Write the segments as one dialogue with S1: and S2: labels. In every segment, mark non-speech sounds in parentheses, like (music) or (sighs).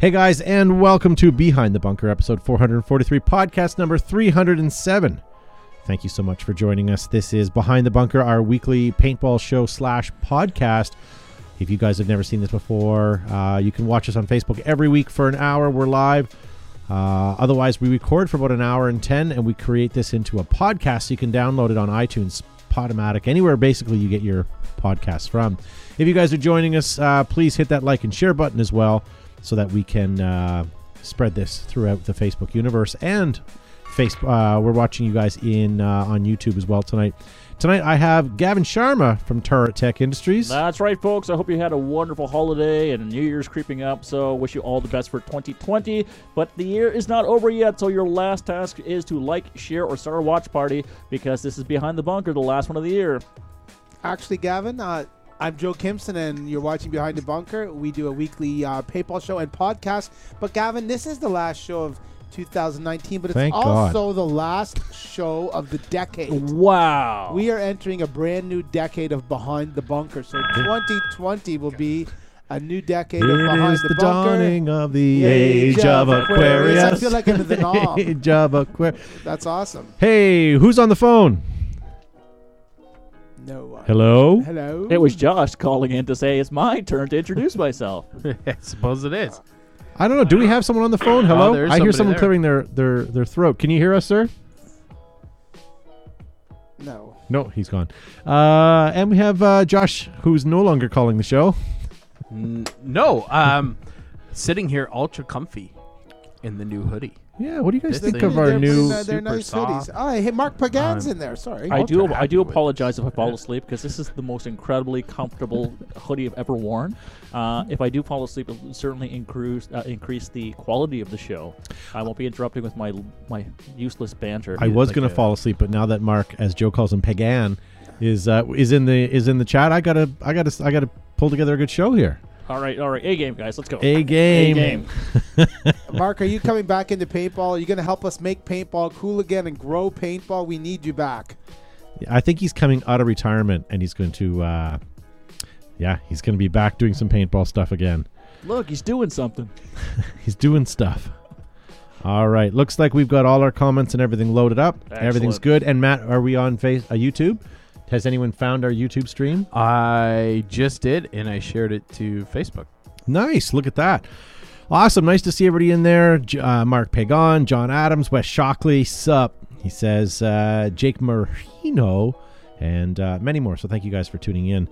S1: Hey guys, and welcome to Behind the Bunker, episode 443, podcast number 307. Thank you so much for joining us. This is Behind the Bunker, our weekly paintball show slash podcast. If you guys have never seen this before, uh, you can watch us on Facebook every week for an hour. We're live. Uh, otherwise, we record for about an hour and 10, and we create this into a podcast. So you can download it on iTunes, Podomatic, anywhere basically you get your podcasts from. If you guys are joining us, uh, please hit that like and share button as well so that we can uh, spread this throughout the Facebook universe. And Facebook, uh, we're watching you guys in uh, on YouTube as well tonight. Tonight, I have Gavin Sharma from Turret Tech Industries.
S2: That's right, folks. I hope you had a wonderful holiday and New Year's creeping up. So, wish you all the best for 2020. But the year is not over yet, so your last task is to like, share, or start a watch party because this is Behind the Bunker, the last one of the year.
S3: Actually, Gavin, uh, I'm Joe Kimson, and you're watching Behind the Bunker. We do a weekly uh, PayPal show and podcast. But Gavin, this is the last show of 2019, but it's
S1: Thank God.
S3: also the last show of the decade.
S2: Wow.
S3: We are entering a brand new decade of Behind the Bunker. So 2020 will be a new decade of
S1: It
S3: Behind
S1: is the,
S3: Bunker.
S1: dawning of the age of Aquarius.
S3: I feel like I'm in the
S1: (laughs)
S3: knob.
S1: age of Aquarius.
S3: That's awesome.
S1: Hey, who's on the phone?
S3: No one.
S1: Hello.
S3: Hello.
S2: it was Josh calling in to say it's my turn to introduce myself.
S4: (laughs) I suppose it is.
S1: I don't know. Do we have someone on the phone? Hello.
S4: there is
S1: I hear
S4: somebody
S1: someone
S4: there.
S1: clearing their, their their throat. Can you hear us, sir?
S3: no.
S1: No, he's gone. Uh, and we have uh, Josh, who's no longer calling the show.
S4: N- no, um, sitting here ultra comfy in the new hoodie.
S1: Yeah, what do you guys
S4: This
S1: think
S4: thing
S1: of
S4: is
S1: our
S3: they're pretty
S1: new?
S3: ni- they're
S4: super
S3: nice
S4: soft.
S3: hoodies. Oh, hey, Mark Pagan's
S4: Um,
S3: in there. Sorry.
S2: I do,
S4: Ultra
S2: I do
S4: happy with
S2: apologize if I
S4: this.
S2: fall asleep because this is the most incredibly comfortable hoodie I've ever worn. Uh, if I do fall asleep, it will certainly increase uh, increase the quality of the show. I won't be interrupting with my my useless banter.
S1: I was
S4: like
S1: gonna
S4: a-
S1: fall asleep, but now that Mark, as Joe calls him, Pagan, is uh, is in the is in the chat, I gotta I gotta I gotta pull together a good show here.
S2: all right, all right, a game, guys, let's go.
S1: A game.
S2: game.
S3: Mark, are you coming back into paintball? Are you going to help us make paintball cool again and grow paintball? We need you back.
S1: I think he's coming out of retirement, and he's going to. Uh, yeah, he's going to be back doing some paintball stuff again.
S2: Look, he's doing something.
S1: He's doing stuff. All right, looks like we've got all our comments and everything loaded up. Everything's good. And Matt, are we on face uh, YouTube? Has anyone found our YouTube stream?
S4: I just did, and I shared it to Facebook.
S1: Nice. Look at that. Awesome. Nice to see everybody in there. J- Uh, Mark Pagan, John Adams, Wes Shockley, Sup. He says uh, Jake Marino, and uh, many more. So thank you guys for tuning in.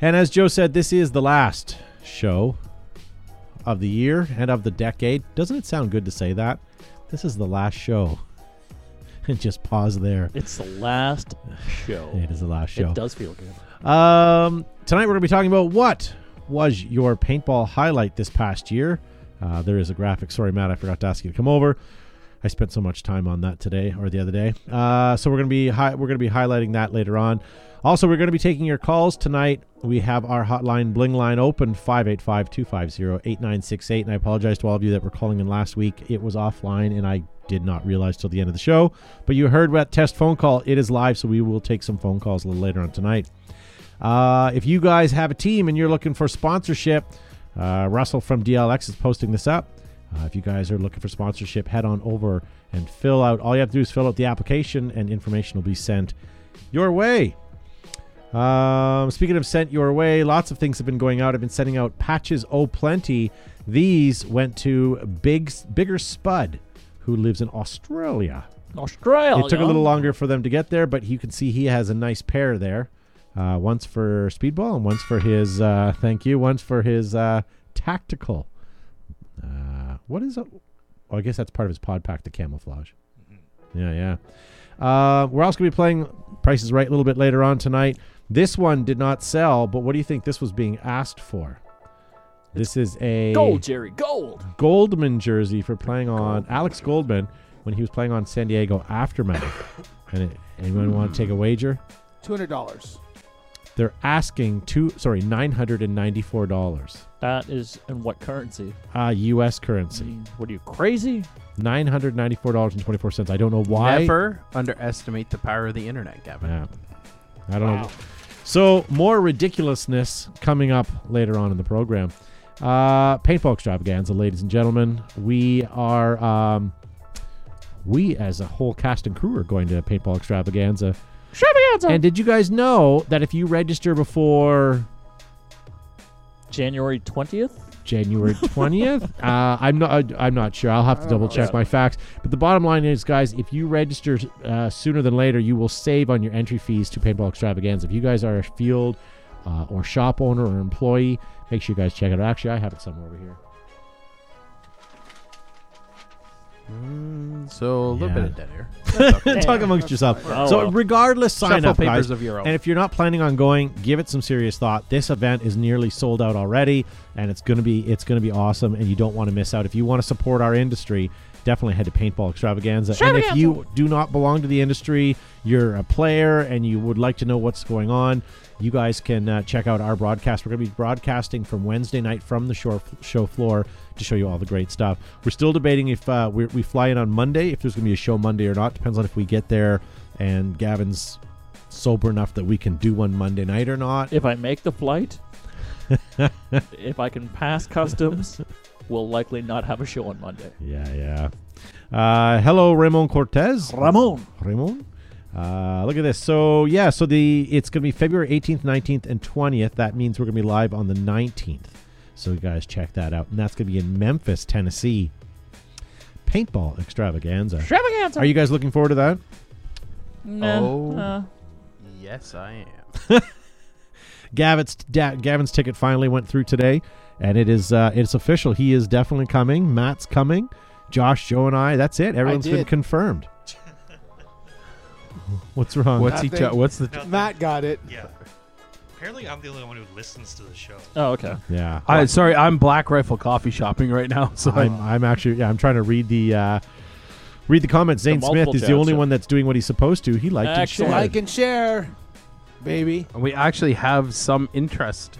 S1: And as Joe said, this is the last show of the year and of the decade. Doesn't it sound good to say that? This is the last show. (laughs) And just pause there.
S2: It's the last show.
S1: It is the last show.
S2: It does feel good.
S1: Um, tonight we're going to be talking about what was your paintball highlight this past year. Uh, there is a graphic. Sorry, Matt, I forgot to ask you to come over. I spent so much time on that today or the other day. Uh, so we're going to be hi- we're going to be highlighting that later on. Also, we're going to be taking your calls tonight. We have our hotline bling line open 585-250-8968 and I apologize to all of you that were calling in last week. It was offline and I did not realize till the end of the show, but you heard that test phone call. It is live, so we will take some phone calls a little later on tonight. Uh, if you guys have a team and you're looking for sponsorship, uh, Russell from DLX is posting this up. Uh, if you guys are looking for sponsorship, head on over and fill out. All you have to do is fill out the application, and information will be sent your way. Um, speaking of sent your way, lots of things have been going out. I've been sending out patches oh plenty. These went to Big Bigger Spud, who lives in Australia.
S2: Australia.
S1: It took a little longer for them to get there, but you can see he has a nice pair there. Uh, once for speedball and once for his uh, thank you, once for his uh, tactical. Uh, what is? A, oh, I guess that's part of his pod pack, the camouflage. Yeah, yeah. Uh, we're also gonna be playing Price is Right a little bit later on tonight. This one did not sell, but what do you think this was being asked for? This is a
S2: Gold, Jerry. Gold.
S1: Goldman jersey for playing on Alex Goldman when he was playing on San Diego Aftermath. and it, anyone want to take a wager?
S3: $200.
S1: They're asking two sorry nine hundred and ninety four dollars.
S2: That is in what currency?
S1: Uh, U.S.
S2: I
S1: currency,
S2: mean, what are you crazy?
S1: nine hundred ninety-four dollars and twenty-four cents. I don't know why.
S4: Never underestimate the power of the internet, Gavin.
S1: Yeah. I don't know. So more ridiculousness coming up later on in the program. Uh, paintball extravaganza, ladies and gentlemen. We are, um, we as a whole cast and crew are going to paintball extravaganza. And did you guys know that if you register before
S2: January 20th?
S3: (laughs)
S1: January 20th. uh, I'm not. I, I'm not sure. I'll have to
S3: don't know
S1: double check
S2: about
S1: my facts. But the bottom line is, guys, if you register uh, sooner than later, you will save on your entry fees to Paintball Extravaganza. If you guys are a field uh, or shop owner or employee, make sure you guys check it out. Actually, I have it somewhere over here.
S4: Mm, so a little bit
S1: Yeah.
S4: of dead (laughs) air.
S1: Talk amongst yourself.
S2: Oh,
S1: so
S2: well.
S1: regardless, sign
S4: Shuffle
S1: up,
S4: papers
S1: guys.
S4: of your own.
S1: And if you're not planning on going, give it some serious thought. This event is nearly sold out already, and it's gonna be it's gonna be awesome, and you don't want to miss out. If you want to support our industry, definitely head to Paintball Extravaganza. And if you do not belong to the industry, you're a player, and you would like to know what's going on, you guys can uh, check out our broadcast. We're gonna be broadcasting from Wednesday night from the shore show floor to show you all the great stuff. We're still debating if uh, we we fly in on Monday, if there's gonna be a show Monday or not. Depends on if we get there and Gavin's sober enough that we can do one Monday night or not.
S2: If I make the flight, (laughs) if I can pass customs, we'll likely not have a show on Monday.
S1: Yeah, yeah. Uh, hello, Ramon Cortez.
S2: Ramon.
S1: Ramon. Uh, look at this. So yeah, so the it's gonna be February 18th, 19th, and 20th. That means we're gonna be live on the 19th. So you guys check that out, and that's gonna be in Memphis, Tennessee. Paintball extravaganza. Are you Oh. guys looking forward to that?
S4: No. Yes, I am.
S1: Gavin's da- Gavin's ticket finally went through today, and it is uh, it's official. He is definitely coming. Matt's coming. Josh, Joe, and I. That's it. Everyone's been
S3: did.
S1: confirmed. What's wrong?
S4: What's he?
S3: Nothing.
S4: ta- what's the?
S5: Nothing.
S3: Matt got it.
S5: Yeah. Apparently, I'm the only one who listens to the show.
S2: Oh, okay.
S1: Yeah,
S4: I sorry, I'm Black Rifle Coffee shopping right now, (laughs) so
S1: I'm,
S4: I,
S1: I'm actually yeah, I'm trying to read the uh, read the comments. Zane Smith
S2: multiple
S1: is the
S2: chats,
S1: only
S2: yeah.
S1: one that's doing what he's supposed to. He liked it.
S2: Excellent.
S3: Like and share, baby.
S4: we actually have some interest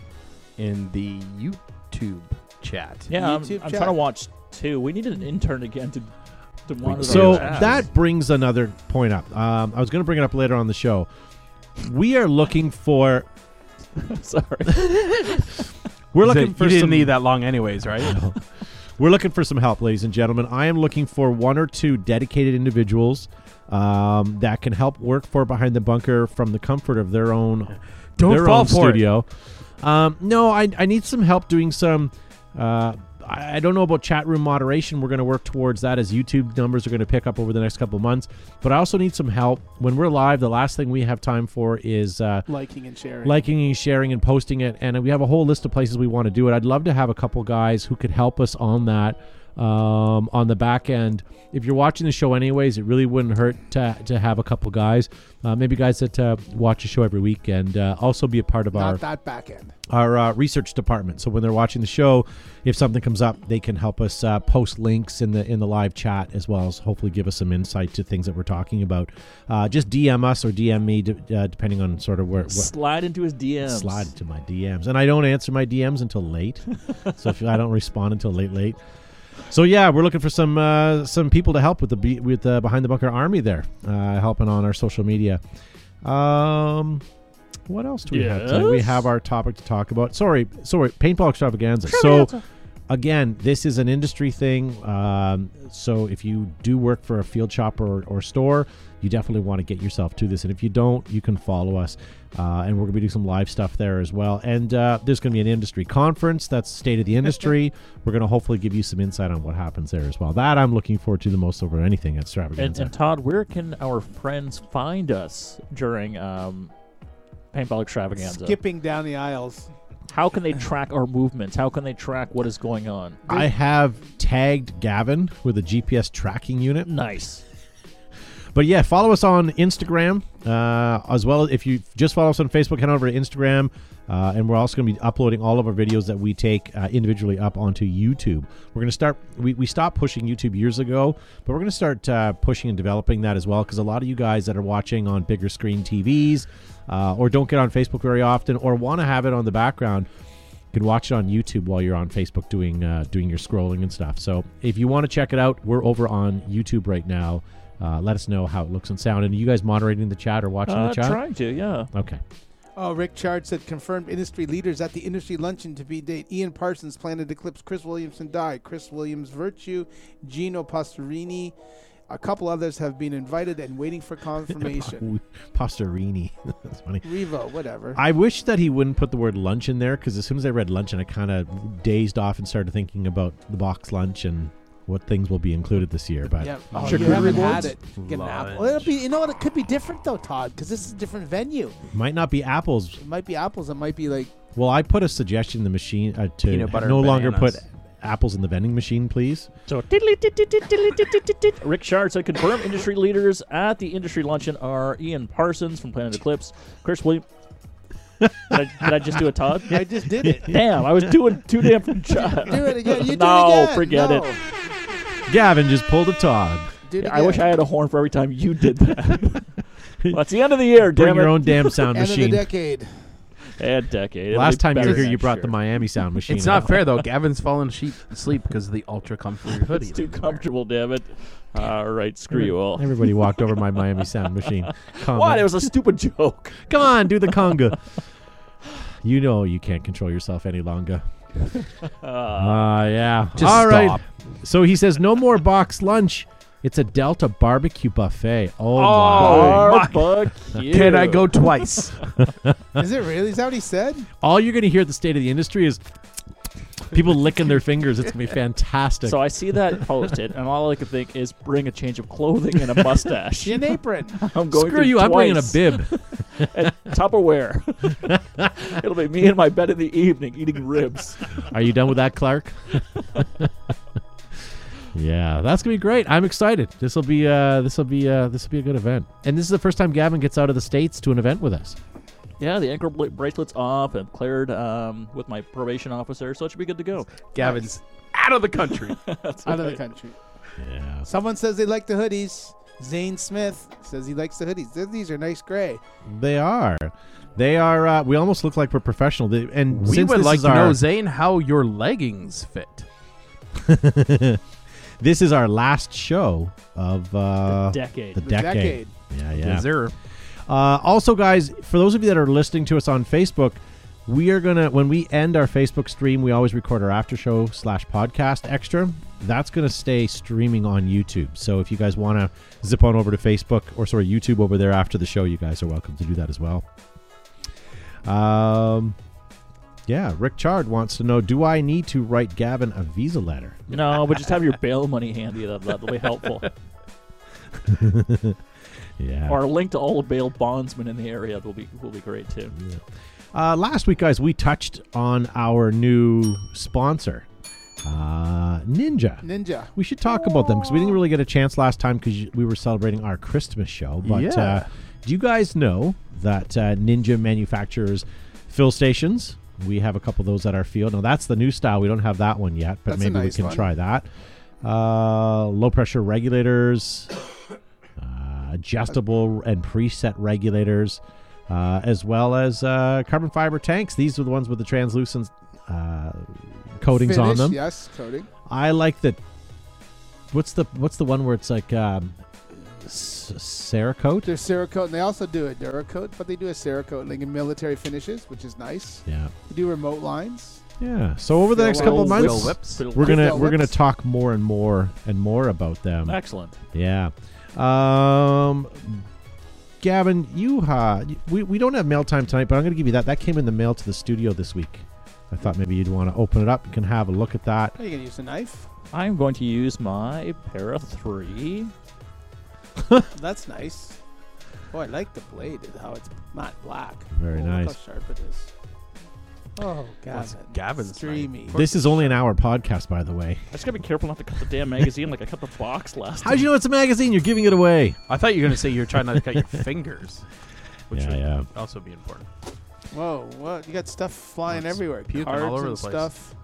S4: in the YouTube chat.
S2: Yeah, I'm,
S3: YouTube
S2: I'm
S3: chat.
S2: trying to watch two. We need an intern again to to monitor.
S1: So
S2: our chats.
S1: that brings another point up. Um, I was going to bring it up later on the show. We are looking for
S2: (laughs)
S1: (laughs)
S2: sorry.
S1: we're
S4: Is
S1: looking
S4: it-
S1: for
S4: you didn't
S1: some,
S4: need that long, anyways, right?
S1: (laughs) We're looking for some help, ladies and gentlemen. I am looking for one or two dedicated individuals um, that can help work for behind the bunker from the comfort of their own
S4: Don't
S1: their
S4: fall
S1: own
S4: for it.
S1: studio. Um, no, I, I need some help doing some. Uh, I I don't know about chat room moderation. We're going to work towards that as YouTube numbers are going to pick up over the next couple of months. But I also need some help when we're live. The last thing we have time for is uh,
S3: Liking and sharing.
S1: liking and sharing and posting it. And we have a whole list of places we want to do it. I'd love to have a couple guys who could help us on that um, on the back end. If you're watching the show anyways, it really wouldn't hurt to, to have a couple guys, uh, maybe guys that uh, watch the show every week and uh, also be a part of our
S3: not that back end.
S1: our uh, research department. So when they're watching the show, if something comes up, they can help us uh, post links in the in the live chat as well as hopefully give us some insight to things that we're talking about. Uh, just DM us or DM me, d- uh, depending on sort of where. what
S2: Slide into his DMs.
S1: Slide into my DMs, and I don't answer my DMs until late. so if I don't respond until late, late. So yeah, we're looking for some uh, some people to help with the be- with the behind the bunker army there, uh, helping on our social media. Um, what else do we have? Today? We
S2: Yes?
S1: have our topic to talk about. Sorry, sorry, paintball extravaganza. So again, this is an industry thing. Um, so if you do work for a field shop or, or store, you definitely want to get yourself to this. And if you don't, you can follow us. Uh, and we're going to be doing some live stuff there as well. And uh, there's going to be an industry conference that's state of the
S2: (laughs)
S1: industry. we're going to hopefully give you some insight on what happens there as well. That I'm looking forward to the most over anything at
S2: And,
S1: Extravaganza.
S2: and Todd, where can our friends find us during um, paintball extravaganza?
S3: Skipping down the aisles.
S2: How can they track our movements? How can they track what is going on?
S1: I have tagged Gavin with a GPS tracking unit.
S2: Nice.
S1: But yeah, follow us on Instagram uh, as well. If you just follow us on Facebook, head over to Instagram, uh, and we're also going to be uploading all of our videos that we take uh, individually up onto YouTube. We're going to start. We, we stopped pushing YouTube years ago, but we're going to start uh, pushing and developing that as well because a lot of you guys that are watching on bigger screen TVs uh, or don't get on Facebook very often or want to have it on the background. You can watch it on YouTube while you're on Facebook doing uh, doing your scrolling and stuff. So if you want to check it out, we're over on YouTube right now. Uh, let us know how it looks and sound. And are you guys moderating the chat or watching
S2: Uh,
S1: the chat?
S2: trying to, yeah.
S1: Okay.
S3: Oh, Rick Chard said confirmed industry leaders at the industry luncheon to be date. Ian Parsons planned to eclipse Chris Williamson die. Chris Williams Virtue, Gino Pastorini, a couple others have been invited and waiting
S1: (laughs)
S3: for confirmation.
S1: Pastorini. (laughs) That's funny.
S3: Revo, whatever.
S1: I wish that he wouldn't put the word lunch in there because as soon as I read luncheon, I kind of dazed off and started thinking about the box lunch and what things will be included this year. But
S3: Yep.
S4: Oh,
S3: you
S1: charcuterie
S3: haven't
S4: boards?
S3: had it. Get an apple. It'll be, you know what? It could be different though, Todd, because this is a different venue.
S1: might not be apples.
S3: It might be apples. It might be like
S1: Well, I put a suggestion in the machine uh, to
S4: Peanut butter
S1: no longer put
S4: bananas.
S1: apples in the vending machine, please.
S2: So tiddly tit tit tit tiddly tit tit tit tit. Rick Shard said confirmed industry leaders at the industry luncheon are Ian Parsons from Planet Eclipse, Chris Williams. did, I, did I just do a Todd?
S3: I just
S2: (laughs)
S3: did it.
S2: Damn, I was doing
S1: (laughs)
S2: two different jobs.
S3: Do it again. You do
S2: no,
S3: it again.
S2: forget
S3: No.
S2: it.
S1: Gavin just pulled a Todd.
S3: Do it
S2: I wish
S3: again.
S2: I had a horn for every time you
S1: (laughs)
S2: did that. well, it's the end of the year,
S1: Bring
S2: damn
S1: your
S2: it.
S1: own damn sound
S3: (laughs) End of the
S1: machine.
S3: decade.
S2: (laughs) And decade. It'll
S1: Last
S2: be
S1: time you
S2: better
S1: were here,
S2: next
S1: you brought
S2: year.
S1: the Miami sound machine.
S4: It's not fair though. Gavin's fallen sheep asleep because of the ultra comfort hoodie.
S2: It's too
S4: that he
S2: comfortable, damn it. All right, screw you all. (laughs)
S1: Everybody walked over my Miami sound machine. Comment.
S2: What? It was a stupid joke.
S1: Come on, do the conga.
S2: (laughs)
S1: you know you can't control yourself any longer.
S2: (laughs) Uh,
S1: Ah, yeah.
S4: Just
S1: All right.
S4: stop.
S1: So he says, no more box lunch. It's a Delta barbecue buffet. Oh, my.
S4: Oh. my.
S2: barbecue.
S4: Can I go twice?
S3: Is it really? Is that what he said?
S1: All you're going to hear at the state of the industry is people licking their fingers. It's going
S2: (laughs)
S1: to be fantastic.
S2: So I see (laughs) that posted, and all I can think is bring a change of clothing (laughs) and a mustache.
S3: An apron.
S2: (laughs) I'm going
S1: Screw
S2: to
S1: you, I'm bringing a
S2: twice (laughs)
S1: bib.
S2: at (laughs) Tupperware. It'll be me in my bed in the evening eating ribs.
S1: Are you done with that, (laughs) Clark? yeah, that's gonna be great. I'm excited. This will be uh, this will be uh, this will be a good event. And this is the first time Gavin gets out of the states to an event with us.
S2: Yeah, the ankle bla- bracelet's off and cleared um, with my probation officer, so it should be good to go.
S4: Gavin's out of the country.
S3: Out of the country.
S1: Yeah.
S3: Someone says they like the hoodies. Zane Smith says he likes the hoodies. Th- These are nice gray.
S1: They are. They are. Uh, we almost look like we're professional. They- And
S4: we
S1: since
S4: would
S1: this
S4: like
S1: is
S4: to know,
S1: our
S4: Zane, how your leggings fit.
S1: this is our last show of uh,
S2: Decade.
S1: the
S3: The
S1: decade.
S3: decade.
S1: Yeah, yeah.
S4: Is there
S1: Uh, also, guys, for those of you that are listening to us on Facebook, we are gonna when we end our Facebook stream, we always record our after show slash podcast extra. That's gonna stay streaming on YouTube. So if you guys wanna zip on over to Facebook or sorry YouTube over there after the show, you guys are welcome to do that as well. Um, yeah, Rick Chard wants to know: Do I need to write Gavin a visa letter?
S2: No, but just have your bail money handy. That, that'll be (laughs) helpful.
S1: Yeah.
S2: or a link to all the bail bondsmen in the area will be will be great too.
S1: Uh, last week, guys, we touched on our new sponsor, uh, Ninja.
S3: Ninja.
S1: We should talk about them because we didn't really get a chance last time because we were celebrating our Christmas show. But
S4: Yeah.
S1: uh, do you guys know that uh, Ninja manufactures fill stations? We have a couple of those at our field. Now, that's the new style. We don't have that one yet, but
S3: That's a
S1: maybe we
S3: nice
S1: can
S3: one.
S1: try that. Uh, low pressure regulators, uh, adjustable and preset regulators, uh, as well as uh, carbon fiber tanks. These are the ones with the translucent uh, coatings on
S3: Finish,
S1: them.
S3: Yes, coating.
S1: I like the what's the what's the one where it's like um, s- Cerakote?
S3: There's Cerakote, and they also do a Duracoat, but they do a Cerakote, like in military finishes, which is nice.
S1: Yeah,
S3: They do remote lines.
S1: yeah. So over the next couple of
S2: Will
S1: months,
S4: whips?
S1: we're gonna
S3: Will
S1: we're gonna
S3: Whips.
S1: talk more and more and more about them.
S2: Excellent.
S1: Yeah. Um, Gavin, you uh, we we don't have mail time tonight, but I'm gonna give you that. That came in the mail to the studio this week. I thought maybe you'd want to open it up. You can have a look at that.
S3: Are you gonna use a knife?
S2: I'm going to use my para three.
S3: That's nice. Oh, I like the blade and how it's not black.
S1: Very
S3: oh, Look
S1: nice.
S3: how sharp it is. Oh, Gavin.
S4: Gavin's
S3: Streamy.
S1: This is only an hour podcast, by the way.
S2: I just gotta be careful not to cut the damn magazine like I cut the box last.
S1: How'd you know it's a magazine? You're giving it away.
S4: I thought you were going to say you're trying not to cut your fingers, which
S1: Yeah,
S4: would
S1: yeah.
S4: also be important.
S3: Whoa, what? You got stuff flying
S4: It's
S3: everywhere.
S4: puking all
S3: Cards
S4: over
S3: and
S4: the place.
S3: stuff.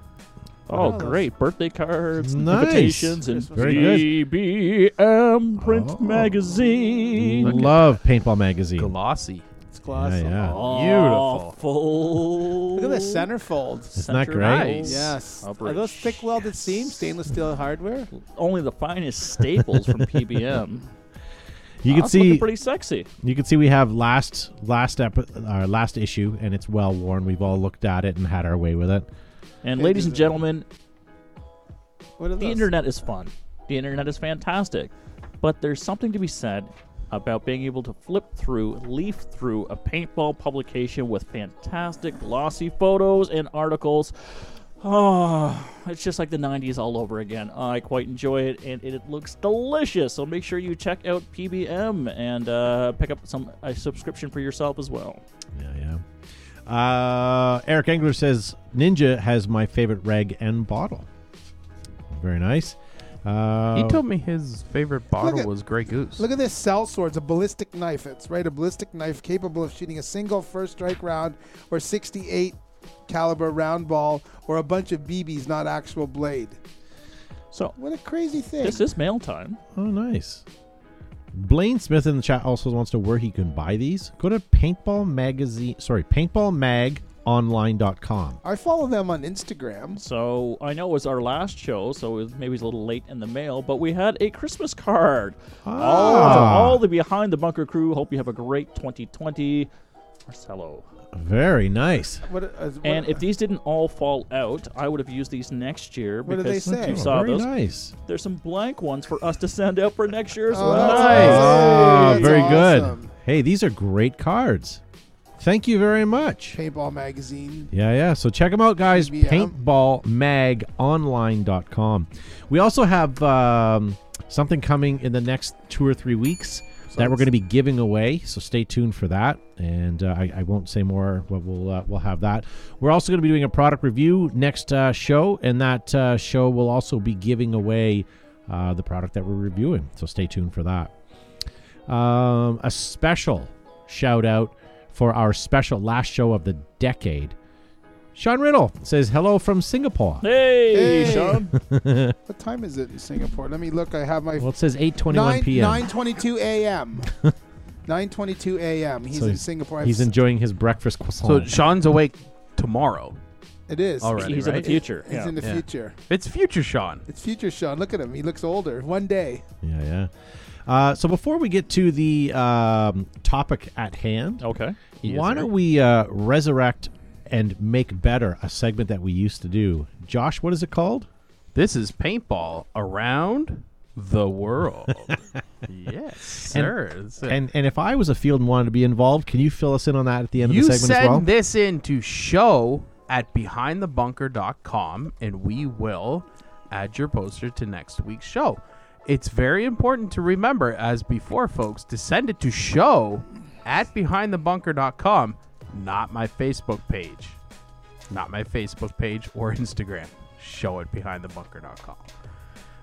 S2: Oh,
S3: Oh,
S2: great! Birthday cards,
S1: Nice.
S2: invitations, and
S3: Christmas
S1: Very good.
S2: BBM print
S1: Oh.
S2: magazine.
S1: Love Paintball Magazine.
S4: Glossy.
S3: It's glossy.
S1: yeah.
S2: Beautiful.
S3: Look at the centerfold.
S1: Isn't that
S2: Center
S1: great?
S2: aisle.
S3: Yes.
S2: Upper
S3: Are those thick welded
S2: yes.
S3: seams? Stainless steel hardware?
S2: Only the finest staples from PBM.
S1: (laughs) You
S2: I
S1: can
S2: was looking
S1: see
S2: pretty sexy.
S1: you can see we have last last ep- our last issue, and it's well worn. We've all looked at it and had our way with it.
S2: And
S3: Pages
S2: ladies and
S3: of-
S2: gentlemen,
S3: What are
S2: the
S3: those?
S2: internet is fun. The internet is fantastic. But there's something to be said about being able to flip through, leaf through a paintball publication with fantastic glossy photos and articles. Oh, it's just like the 90s all over again. I quite enjoy it, and it looks delicious. So make sure you check out PBM and uh, pick up some a subscription for yourself as well.
S1: Yeah, yeah. Uh, Eric Engler says Ninja has my favorite reg and bottle. Very nice. Uh,
S4: He told me his favorite bottle
S3: at-
S4: was Grey Goose.
S3: Look at this cell sword. It's a ballistic knife. It's right, a ballistic knife capable of shooting a single first strike round or 68 caliber round ball or a bunch of BBs, not actual blade.
S2: So
S3: What a crazy thing.
S2: this is mail time.
S1: oh, nice. Blaine Smith in the chat also wants to know where he can buy these. Go to paintball magazine. Sorry, paintballmagonline.com.
S3: I follow them on Instagram.
S2: So I know it was our last show, so it was maybe it's a little late in the mail, but we had a Christmas card. All, to
S1: Ah.
S2: all the behind the bunker crew. Hope you have a great 2020, Marcelo.
S1: Very nice.
S3: What, a- as- what
S2: And
S3: a-
S2: if these didn't all fall out, I would have used these next year
S3: What
S2: because
S3: did they say?
S2: you
S3: Oh,
S2: saw
S1: very
S2: those.
S1: nice.
S2: There's some blank ones for us to send out for next year as
S3: Oh,
S2: well.
S3: that's Nice.
S1: Ah,
S3: That's
S1: very
S3: awesome.
S1: good. Hey, these are great cards. Thank you very much.
S3: paintball magazine.
S1: Yeah, yeah. So check them out, guys.
S3: Yeah.
S1: Paintballmagonline.com. We also have um, something coming in the next two or three weeks that we're going to be giving away. So stay tuned for that. And uh, I, I won't say more, but we'll uh, we'll have that. We're also going to be doing a product review next uh, show, and that uh, show will also be giving away uh, the product that we're reviewing. So stay tuned for that. Um, a special shout out for our special last show of the decade. Sean Riddle says hello from Singapore.
S2: Hey,
S3: Hey.
S2: Sean.
S3: What time is it in Singapore? Let me look. I have my
S1: Well, it says 8:21
S3: nine
S1: p.m.
S3: nine twenty two a.m. nine twenty two a.m. He's
S1: So
S3: in
S1: he's-
S3: Singapore. I've
S1: He's
S3: s-
S1: enjoying his breakfast
S4: So
S1: croissant.
S4: Sean's awake tomorrow.
S3: It is.
S4: Already.
S2: He's in
S4: right?
S2: the future.
S3: He's
S2: Yeah.
S3: in the
S4: Yeah.
S3: future.
S4: It's future Sean.
S3: It's future Sean. Look at him. He looks older. One day.
S1: yeah, yeah. Uh, so before we get to the um, topic at hand,
S2: okay.
S4: Oh, Yes,
S1: why
S4: sir.
S1: don't we uh, resurrect and make better a segment that we used to do? Josh, what is it called?
S4: This is paintball around the world.
S1: (laughs)
S4: yes, sir. It's a-
S1: And and if I was a field and wanted to be involved, can you fill us in on that at the end of
S4: you
S1: the segment
S4: send
S1: as well?
S4: this in to show at behindthebunker.com, and we will add your poster to next week's show. It's very important to remember, as before, folks, to send it to show at behindthebunker.com, not my Facebook page, not my Facebook page or Instagram. Show at behindthebunker.com.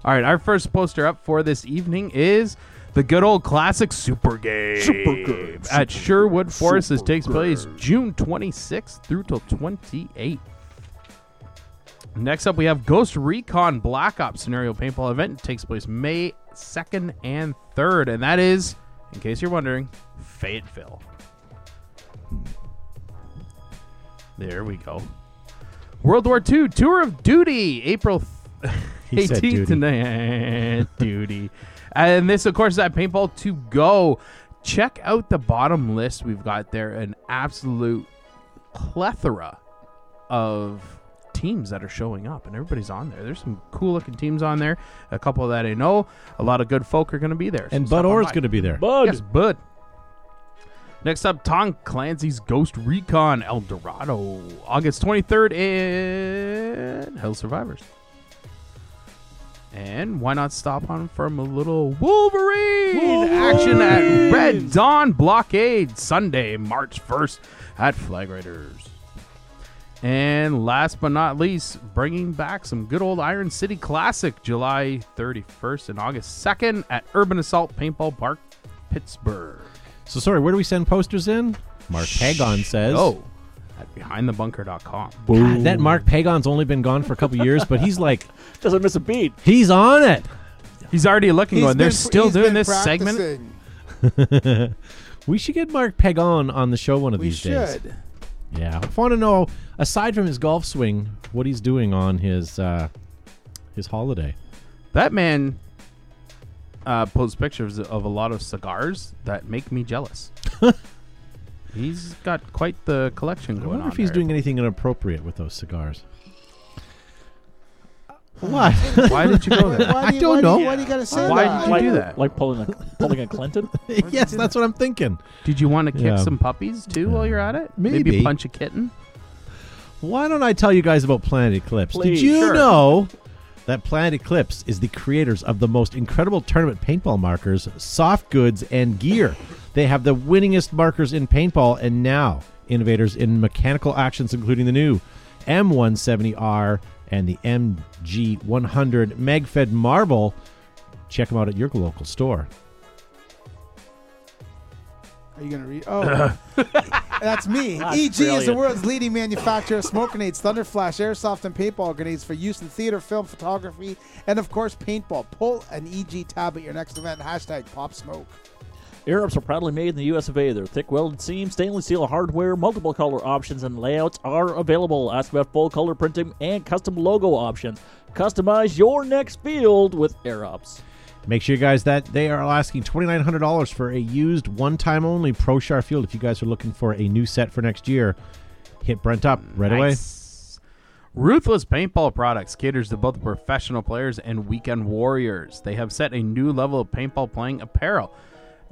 S4: All right, our first poster up for this evening is the good old classic Super Game. At Sherwood Forest, this takes place June 26th through till 28th. Next up, we have Ghost Recon Black Ops Scenario Paintball Event. It takes place May 2nd and 3rd, and that is, in case you're wondering, Fayetteville. There we go. World War II Tour of Duty, April th-
S1: (laughs) He said
S4: 18th
S1: duty.
S4: and eh, (laughs) duty. And this, of course, is at Paintball to Go. Check out the bottom list we've got there an absolute plethora of teams that are showing up, and everybody's on there. There's some cool looking teams on there. A couple that I know. A lot of good folk are going to be there.
S1: and Bud Orr's
S4: Orr's
S1: going to be there.
S2: Bud.
S4: Yes, Bud. Next up, Tom Clancy's Ghost Recon El Dorado, August 23rd in Hell Survivors. And why not stop on from a little Wolverine, action at Red Dawn Blockade Sunday, March 1st at Flag Raiders. And last but not least, bringing back some good old Iron City Classic July 31st and August 2nd at Urban Assault Paintball Park, Pittsburgh.
S1: So sorry, where do we send posters in? Mark Pagon says.
S4: Oh, at behindthebunker.com.
S1: God, that Mark Pagon's only been gone for a couple years, but he's like
S2: Doesn't miss a beat.
S1: he's on it.
S4: He's already looking,
S3: He's
S4: going, they're
S3: been-
S4: still
S3: he's
S4: doing
S3: been
S4: this segment?
S3: practicing.
S1: We should get Mark Pagon on the show one of
S3: We
S1: these days.
S3: should.
S1: Yeah, I want to know aside from his golf swing, what he's doing on his uh, his holiday.
S4: That man uh, posts pictures of a lot of cigars that make
S2: (laughs)
S4: me jealous. he's got quite the collection
S1: I
S4: going
S1: wonder
S4: on.
S1: if he's
S4: there.
S1: doing anything inappropriate with those cigars. What? (laughs)
S4: Why did you go there?
S1: I
S3: do you-
S1: don't
S3: why
S1: know.
S3: Do you, why do you gotta say
S4: Why
S3: that?
S4: did you
S2: like,
S4: do that?
S2: Like pulling a pulling a Clinton.
S1: yes, that's what I'm thinking.
S4: Did you want to kick
S1: Yeah.
S4: some puppies too while you're at it?
S1: Maybe.
S4: punch a kitten.
S1: Why don't I tell you guys about Planet Eclipse?
S2: Please,
S1: Did you
S4: sure.
S1: know that Planet Eclipse is the creators of the most incredible tournament paintball markers, soft goods, and gear? They have the winningest markers in paintball and now innovators in mechanical actions, including the new M170R and the MG100 MagFed Marble. Check them out at your local store.
S3: Are you gonna read? Oh, that's me. EG is the
S2: brilliant.
S3: world's leading manufacturer of smoke grenades, thunder flash, airsoft, and paintball grenades for use in theater, film, photography, and of course paintball. Pull an EG tab at your next event. Hashtag pop smoke.
S2: Arabs are proudly made in the US of A. Their thick welded seams, stainless steel hardware, multiple color options, and layouts are available. Ask about full color printing and custom logo options. Customize your next field with Arabs.
S1: Make sure you guys that they are asking twenty nine hundred dollars for a used one time only Pro Shar Field. If you guys are looking for a new set for next year, hit Brent up right away.
S4: Nice. Ruthless Paintball Products caters to both professional players and weekend warriors. They have set a new level of paintball playing apparel.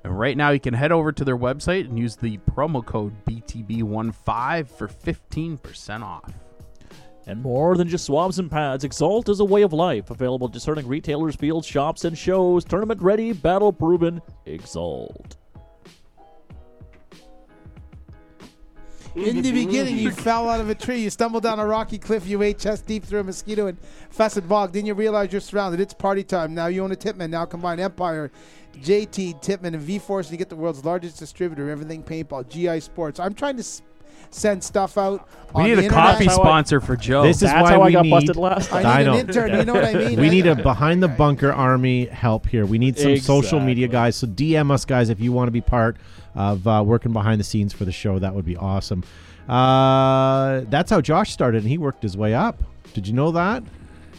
S4: And right now, you can head over to their website and use the promo code BTB15 for 15% off.
S2: And more than just swabs and pads, Exalt is a way of life. Available at discerning retailers, fields, shops, and shows. Tournament ready, battle proven. Exalt.
S3: In the beginning, you fell out of a tree, you stumbled down a rocky cliff, you ate chest deep through a mosquito infested bog. Then you realize you're surrounded. It's party time. Now you own a Tipman. Now combine Empire, JT, Tipman, and V Force, and you get the world's largest distributor of everything paintball, GI Sports. I'm trying to s- send stuff out.
S4: We
S3: on
S4: need
S3: the
S4: a
S3: internet.
S4: coffee
S2: That's how I-
S4: sponsor for Joe.
S1: This is
S2: Oh, That's
S1: why
S2: how
S1: we
S2: I got
S1: need-
S2: busted last time.
S1: I
S3: I need
S1: know.
S3: an intern. You know
S4: (laughs)
S3: what I mean?
S1: We need
S3: I-
S1: a behind the bunker army help here. We need some social media
S2: Exactly.
S1: guys. So DM us guys if you want to be part of uh, working behind the scenes for the show. That would be awesome. Uh, that's how Josh started, and he worked his way up. Did you know that?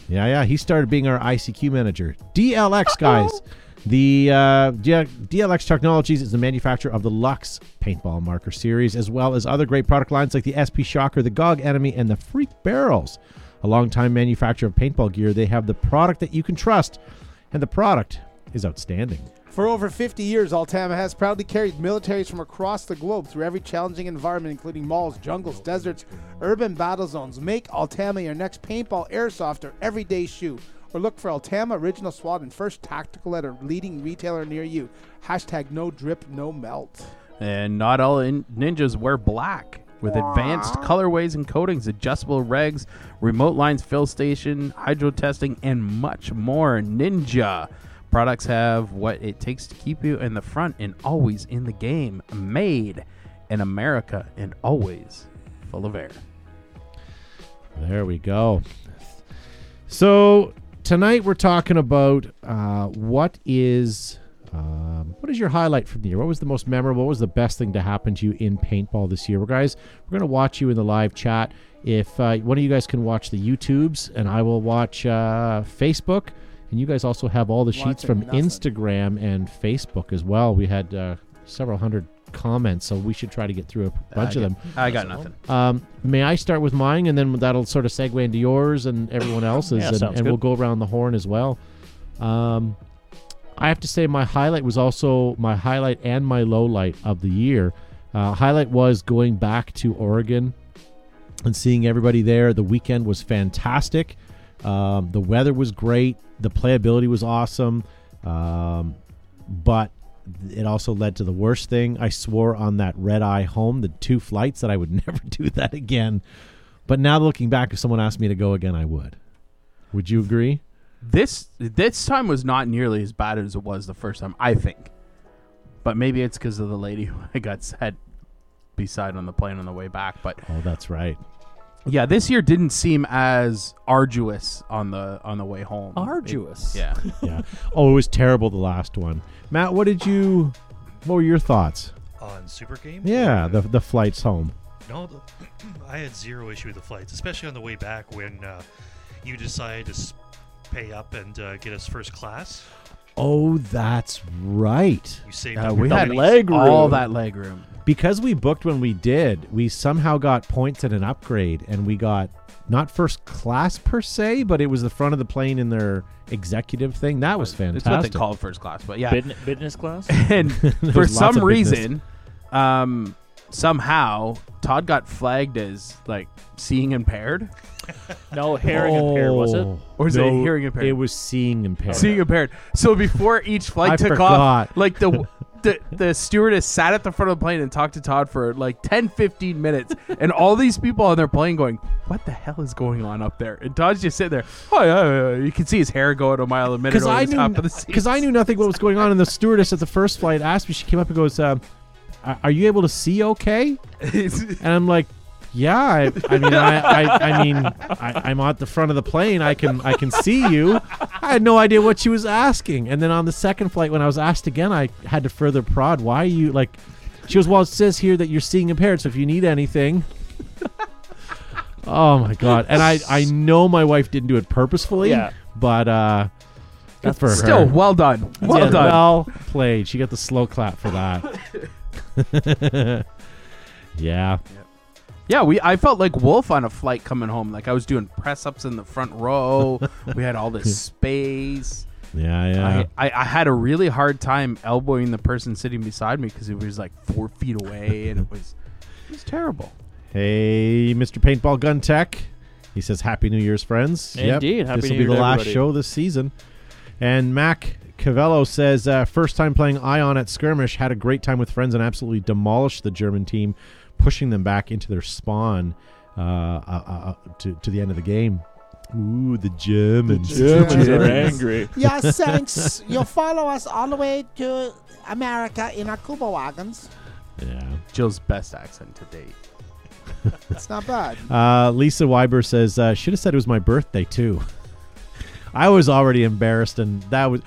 S1: Yeah, yeah. He started being our ICQ manager. DLX guys. The uh, D- DLX Technologies is the manufacturer of the Lux paintball marker series, as well as other great product lines like the SP Shocker, the GOG Enemy, and the Freak Barrels. A longtime manufacturer of paintball gear, they have the product that you can trust, and the product is outstanding.
S3: For over 50 years, Altama has proudly carried militaries from across the globe through every challenging environment, including malls, jungles, deserts, urban battle zones. Make Altama your next paintball, airsoft, or everyday shoe. Or look for Altama Original SWAT and First Tactical at a leading retailer near you. Hashtag no drip, no melt.
S4: And not all in- ninjas wear black. With advanced colorways and coatings, adjustable regs, remote lines, fill station, hydro testing, and much more. Ninja products have what it takes to keep you in the front and always in the game. Made in America and always full of air.
S1: There we go. So tonight we're talking about uh, what is um, what is your highlight from the year? What was the most memorable? What was the best thing to happen to you in paintball this year? Well, guys, we're gonna watch you in the live chat. If uh, one of you guys can watch the YouTubes, and I will watch uh, Facebook. And you guys also have all the sheets
S3: Watching
S1: from
S3: nothing.
S1: Instagram and Facebook as well. We had uh, several hundred comments, so we should try to get through a bunch of
S4: Uh, I
S1: them.
S4: got- I got nothing.
S1: Um, may I start with mine, and then that'll sort of segue into yours and everyone else's,
S2: Yeah,
S1: and,
S2: sounds
S1: and we'll
S2: good.
S1: go around the horn as well. Um, I have to say, my highlight was also my highlight and my low light of the year. Uh, highlight was going back to Oregon and seeing everybody there. The weekend was fantastic. Um, the weather was great. The playability was awesome. Um, but it also led to the worst thing. I swore on that red eye home, the two flights, that I would (laughs) never do that again. But now looking back, if someone asked me to go again, I would. Would you agree?
S4: This this time was not nearly as bad as it was the first time, I think. But maybe it's because of the lady (laughs) who I got sat beside on the plane on the way back. But
S1: Oh, that's right.
S4: yeah, this year didn't seem as arduous on the on the way home.
S2: Arduous.
S4: It- yeah.
S1: Yeah. oh, it was terrible the last one. Matt, what did you? What were your thoughts?
S5: on Super Game.
S1: Yeah, the the flights home.
S5: (clears throat) No, the, (clears throat) I had zero issue with the flights, especially on the way back when uh, you decided to s- pay up and uh, get us first class.
S1: Oh, that's right.
S5: You saved
S4: Uh,
S5: up
S4: we
S5: your
S2: The
S4: had
S5: money.
S2: leg room.
S4: all that leg room.
S1: Because we booked when we did, we somehow got points at an upgrade and we got not first class per se, but it was the front of the plane in their executive thing. That was
S4: It's
S1: fantastic.
S4: what they call first class, but yeah.
S2: Business, business class?
S4: (laughs) and for
S1: was lots
S4: some
S1: of business.
S4: reason, um, somehow Todd got flagged as like seeing impaired.
S2: (laughs) No, herring and pear, was it?
S1: Oh,
S4: Or is it hearing impaired?
S1: It was seeing impaired.
S4: Seeing impaired. So before
S1: (laughs)
S4: each flight
S1: Oh, I
S4: took off,
S1: forgot.
S4: like
S1: (laughs)
S4: the, the the stewardess sat at the front of the plane and talked to Todd for like 10, 15 minutes, and all these people on their plane going, "What the hell is going on up there?" And Todd's just sitting there. Oh yeah, yeah, yeah." you can see his hair going a mile a minute
S1: because
S4: over
S1: I
S4: the top
S1: knew
S4: of the seat.
S1: because I
S4: (laughs)
S1: knew nothing what was going on, and the stewardess at the first flight asked me. She came up and goes, um, "Are are you able to see okay?" And I'm like, "Yeah, I, I mean, I, I, I mean, I, I'm at the front of the plane. I can I can see you." I had no idea what she was asking. And then on the second flight, when I was asked again, I had to further prod. Why are you like? She goes, "Well, it says here that you're seeing impaired, so if you need anything." Oh my god! And I, I know my wife didn't do it purposefully,
S2: Yeah.
S1: but uh, good for her.
S4: Still, well done, well
S1: Yeah,
S4: done.
S1: Well played. She got the slow clap for that. (laughs) yeah.
S4: Yeah, we. I felt like Wolf on a flight coming home. Like I was doing press ups in the front
S1: (laughs)
S4: row. we had all this space.
S1: Yeah, yeah.
S4: I, I, I had a really hard time elbowing the person sitting beside me because it was like four feet away and it was it was terrible.
S1: hey, Mr. Paintball Gun Tech. He says, Happy New Year's, friends.
S2: Indeed. Happy
S1: This
S2: New
S1: will be the
S2: Year to
S1: last
S2: everybody.
S1: show this season. And Mac Cavello says, uh, First time playing Ion at Skirmish. Had a great time with friends and absolutely demolished the German team, pushing them back into their spawn uh, uh, uh, to, to the end of the game. Ooh, the Germans.
S3: Germans
S2: They're
S3: are
S2: angry.
S6: Yeah,
S2: (laughs)
S6: thanks. You'll follow us all the way to America in our Kuba wagons.
S1: Yeah.
S4: Jill's best accent to date.
S3: It's not
S2: (laughs)
S3: bad.
S1: Uh, Lisa Weiber says, uh, should have said it was my birthday too. (laughs) I was already embarrassed, and that was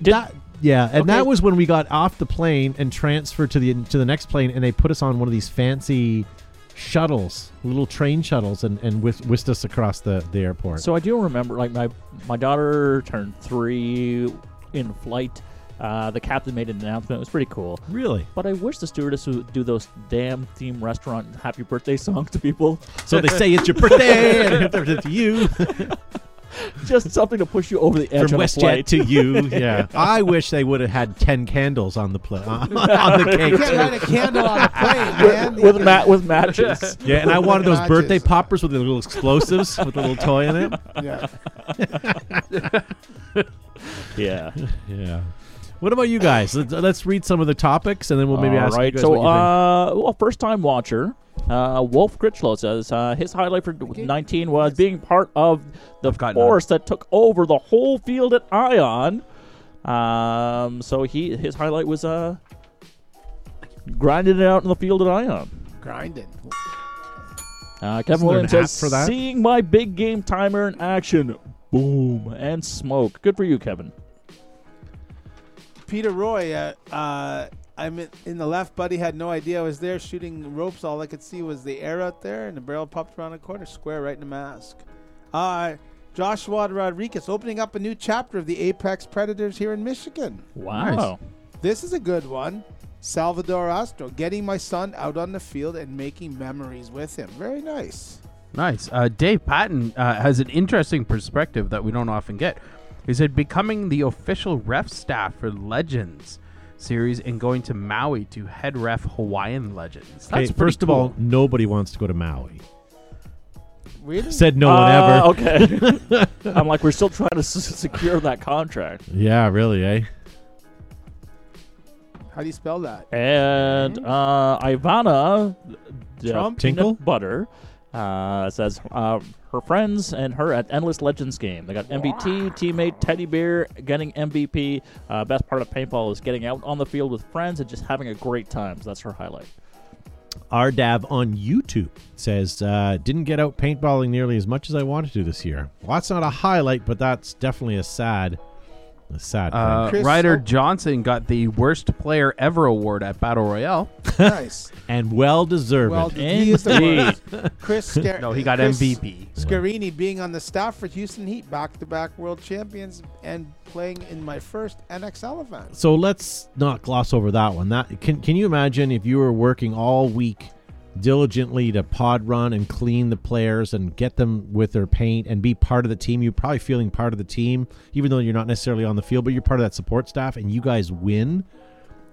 S2: Did-
S1: that. Yeah, and that
S2: Okay.
S1: was when we got off the plane and transferred to the to the next plane, and they put us on one of these fancy shuttles, little train shuttles, and and whisk, whisked us across the the airport.
S2: So I do remember, like my my daughter turned three in flight. Uh, the captain made an announcement. It was pretty cool.
S1: really,
S2: But I wish the stewardess would do those damn theme restaurant happy birthday songs to people.
S1: so
S2: (laughs)
S1: they say it's your birthday, and it's to you
S2: Just something to push you over the edge
S1: from
S2: on a
S1: WestJet
S2: flight.
S1: to
S2: (laughs)
S1: you. Yeah, I wish they would have had ten candles on the plane (laughs) on, on the
S3: You
S1: cake.
S2: (laughs)
S3: can't
S1: too.
S3: light a candle on a plane, man.
S2: with ma- with matches.
S1: Yeah, and I wanted those
S3: Matches.
S1: birthday poppers with the little explosives with the little toy in it.
S3: Yeah.
S2: yeah.
S1: (laughs) Yeah. What about you guys? Let's, uh, let's read some of the topics, and then we'll maybe
S2: All
S1: ask
S2: right,
S1: you guys
S2: so,
S1: what you think.
S2: uh, well, first time watcher, uh, Wolf Gritchlow says uh, his highlight for 19 was being part of the
S4: I've got
S2: force that took over the whole field at Ion. Um, so he his highlight was uh, grinding it out in the field at Ion.
S3: Grinding.
S2: Uh, Kevin
S1: Isn't there an
S2: Williams says,
S1: app for that?
S2: seeing my big game timer in action, boom, and smoke. Good for you, Kevin.
S3: Peter Roy, uh, uh, I'm in- in the left, buddy. Had no idea I was there shooting ropes. All I could see was the air out there, and the barrel popped around a corner, square right in the mask. Uh, Joshua Rodriguez opening up a new chapter of the Apex Predators here in Michigan.
S2: Wow.
S3: This is a good one. Salvador Astro getting my son out on the field and making memories with him. Very nice.
S4: Nice. Uh, Dave Patton uh, has an interesting perspective that we don't often get. He said becoming the official ref staff for Legends series and going to Maui to head ref Hawaiian Legends. That's
S1: Okay,
S4: pretty
S1: first of
S4: cool.
S1: all, nobody wants to go to Maui.
S3: Really?
S1: Said no one
S2: Uh,
S1: ever.
S2: Okay.
S1: (laughs)
S2: I'm like, we're still trying to s- secure that contract.
S1: Yeah, really, eh?
S3: How do you spell that?
S2: And uh, Ivana d- uh, Peanut
S3: Trump?
S1: Tinkle?
S2: Butter uh, says uh, her friends and her at Endless Legends game. They got MBT, teammate Teddy Bear getting MVP. Uh, best part of paintball is getting out on the field with friends and just having a great time. So that's her highlight.
S1: Ardav on YouTube says, uh, didn't get out paintballing nearly as much as I wanted to this year. Well, that's not a highlight, but that's definitely a sad It's sad.
S4: Uh,
S3: Chris
S4: Ryder
S3: Hope-
S4: Johnson got the worst player ever award at Battle Royale.
S3: nice.
S1: and well deserved.
S3: Well, he is the
S2: Indeed.
S3: worst.
S4: (laughs)
S3: Chris Scar-
S4: No, he got
S3: Chris
S4: MVP.
S3: Scarini being on the staff for Houston Heat, back-to-back world champions, and playing in my first NXL event.
S1: so let's not gloss over that one. That can can you imagine if you were working all week diligently to pod run and clean the players and get them with their paint and be part of the team. You're probably feeling part of the team, even though you're not necessarily on the field, but you're part of that support staff and you guys win.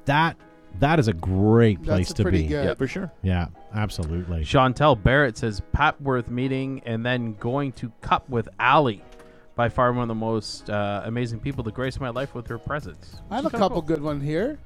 S1: That that is a great place
S3: That's
S1: to
S3: pretty
S1: be.
S3: good.
S2: for sure.
S1: Yeah, absolutely.
S4: Chantel Barrett says Papworth meeting and then going to cup with Allie. By far one of the most uh, amazing people to grace my life with her presence.
S3: I have a couple good one here.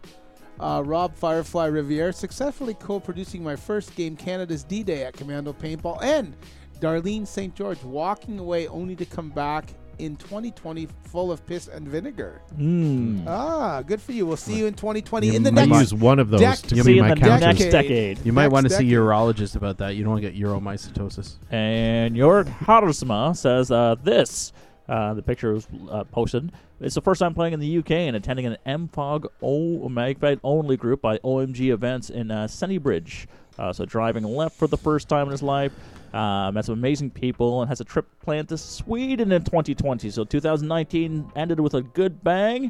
S3: Uh, Rob Firefly Riviere successfully co-producing my first game, Canada's D-Day at Commando Paintball, and Darlene St. George walking away only to come back in 2020 full of piss and vinegar.
S4: Mm.
S2: Hmm.
S3: Ah, good for you. We'll see you in 2020 in the
S1: I
S3: next
S1: use one of those
S3: Deck-
S1: to
S4: You
S1: be
S2: See you in
S1: my
S2: the
S3: couches.
S2: next
S1: counters.
S2: decade.
S4: You might
S3: Next
S4: want to see
S3: decade.
S4: your urologist about that. You don't want to get uromycetosis.
S2: And your Harsma says uh, this. Uh, the picture was uh, posted. It's the first time playing in the UK and attending an MFOG o- Magfight only group by OMG Events in uh, Sunnybridge. Uh, so driving left for the first time in his life. Uh, met some amazing people and has a trip planned to Sweden in 2020. So 2019 ended with a good bang.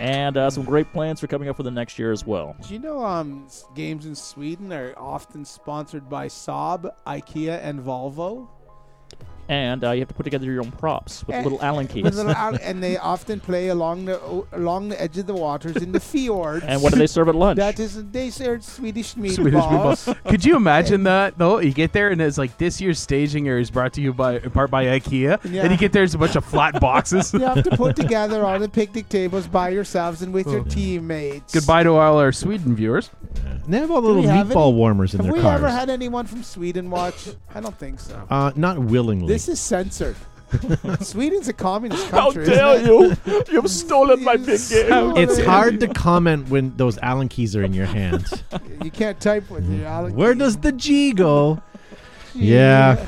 S2: And uh, some great plans for coming up for the next year as well.
S4: uh,
S3: Do you know um, s- games in Sweden are often sponsored by Saab, IKEA, and Volvo?
S2: And uh, you have to put together your own props with
S3: Eh,
S2: little Allen keys.
S3: With little out- uh, and they often play along the o- along the edge of the waters in the fjords.
S2: And what do they serve at lunch?
S3: That is, they serve Swedish meatballs.
S4: meatballs. Could you imagine that though? You get there and it's like this year's staging area is brought to you by in part by IKEA.
S3: Yeah.
S4: And you get there, it's a bunch
S3: (laughs)
S4: of flat boxes.
S3: (laughs) You have to put together all the picnic tables by yourselves and with your teammates.
S4: Oh. Goodbye to all our Sweden viewers.
S1: They have all the little
S3: we have
S1: meatball warmers in
S3: Have
S1: their
S3: we
S1: cars.
S3: ever had anyone from Sweden watch? I don't think so.
S1: uh, not willingly.
S3: This
S2: (laughs)
S3: is censored. Sweden's a communist
S2: How
S3: country. isn't
S2: dare
S3: it?
S2: you!
S3: (laughs)
S2: You've stolen my big
S3: Oh,
S2: game.
S1: it's hard to comment when those Allen keys are in your hands.
S3: You can't type with
S4: Hmm.
S3: your Allen
S1: Where
S3: keys.
S1: does the G go?
S3: Yeah.
S1: Yeah.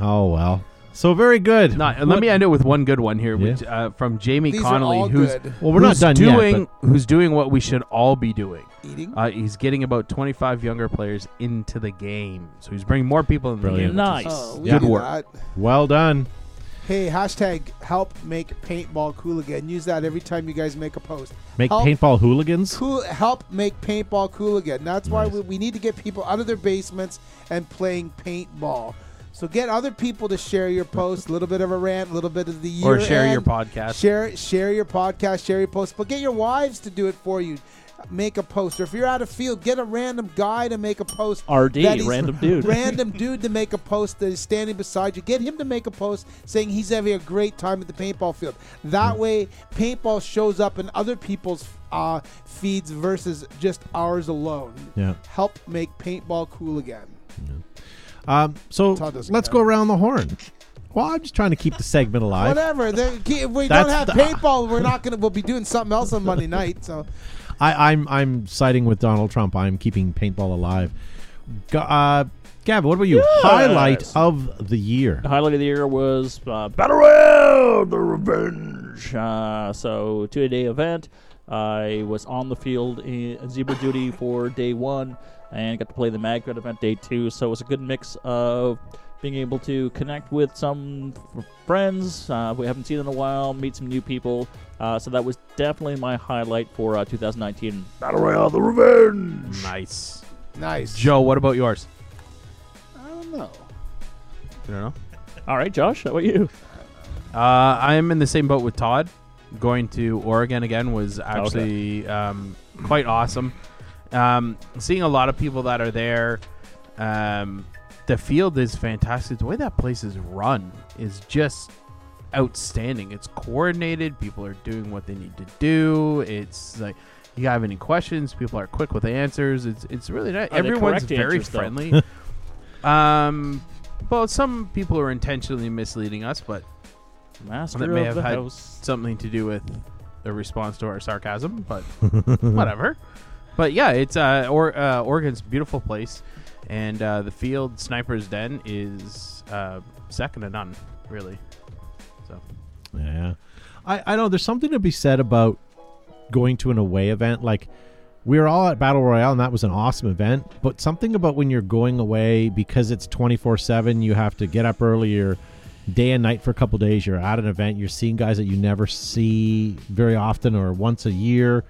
S1: Oh well. So very good.
S4: No, and let me end it with one good one here,
S1: Yeah.
S4: which, uh, from Jamie
S3: These
S4: Connolly,
S3: are all
S4: who's
S3: good.
S1: Well, we're not
S4: who's
S1: done
S4: doing
S1: yet.
S4: who's doing what we should all be doing.
S3: Eating.
S4: Uh, he's getting about 25 younger players into the game, so he's bringing more people in the
S1: Brilliant.
S4: game.
S2: Nice.
S3: Oh, we
S1: Yeah.
S3: do
S4: Good work.
S3: that.
S1: But well done.
S3: Hey, hashtag help make paintball cool again. Use that every time you guys make a post.
S1: Make
S3: help,
S1: paintball hooligans.
S3: cool, help make paintball cool again. That's why we, we need to get people out of their basements and playing paintball. So get other people to share your post, a little bit of a rant, a little bit of the year.
S4: Or share your
S3: end.
S4: podcast.
S3: Share share your podcast, share your post, but get your wives to do it for you. Make a post. Or if you're out of field, get a random guy to make a post.
S2: RD,
S3: that he's-
S2: random dude.
S3: Random dude to make a post that is standing beside you. Get him to make a post saying he's having a great time at the paintball field. That way, paintball shows up in other people's uh, feeds versus just ours alone.
S1: Yeah.
S3: Help make paintball cool again.
S1: Um, so
S3: Todd doesn't
S1: let's go
S3: care.
S1: around the horn. Well, I'm just trying to keep the segment alive.
S3: Whatever. They- If we don't
S1: That's
S3: have
S1: the-
S3: paintball, we're not gonna. We'll be doing something else on Monday night. So.
S1: I, I'm I'm siding with Donald Trump. I'm keeping paintball alive. G- uh, Gavin, what about you? Highlight of the year.
S2: The highlight of the year was uh, Battle Royale: The Revenge. Uh, so two-day event. I was on the field in zebra duty for day one, and got to play the Magnet event day two. So it was a good mix of being able to connect with some f- friends uh, we haven't seen in a while, meet some new people. Uh, so that was definitely my highlight for uh, 2019. Battle Royale: The Revenge.
S4: Nice.
S3: Nice.
S4: Joe, what about yours?
S3: I don't know.
S4: You don't know.
S2: All right, Josh, how about you?
S4: Uh, I am in the same boat with Todd. Going to Oregon again was actually um, quite awesome. Um, seeing a lot of people that are there. Um, the field is fantastic. The way that place is run is just outstanding. It's coordinated. People are doing what they need to do. It's like you have any questions, people are quick with answers. It's it's really nice.
S2: Are they
S4: Everyone's
S2: correct
S4: very
S2: answers, though?
S4: friendly. (laughs) um, well, some people are intentionally misleading us, but
S2: Master
S4: that may
S2: of
S4: have
S2: the
S4: had
S2: house.
S4: something to do with the response to our sarcasm, (laughs) but whatever. But yeah, it's uh, or, uh, Oregon's beautiful place, and uh, the field Sniper's Den is uh, second to none, really. So
S1: Yeah. I, I know there's something to be said about going to an away event. Like we were all at Battle Royale and that was an awesome event, but something about when you're going away because it's 24 seven, you have to get up earlier, day and night for a couple days. You're at an event, you're seeing guys that you never see very often or once a year.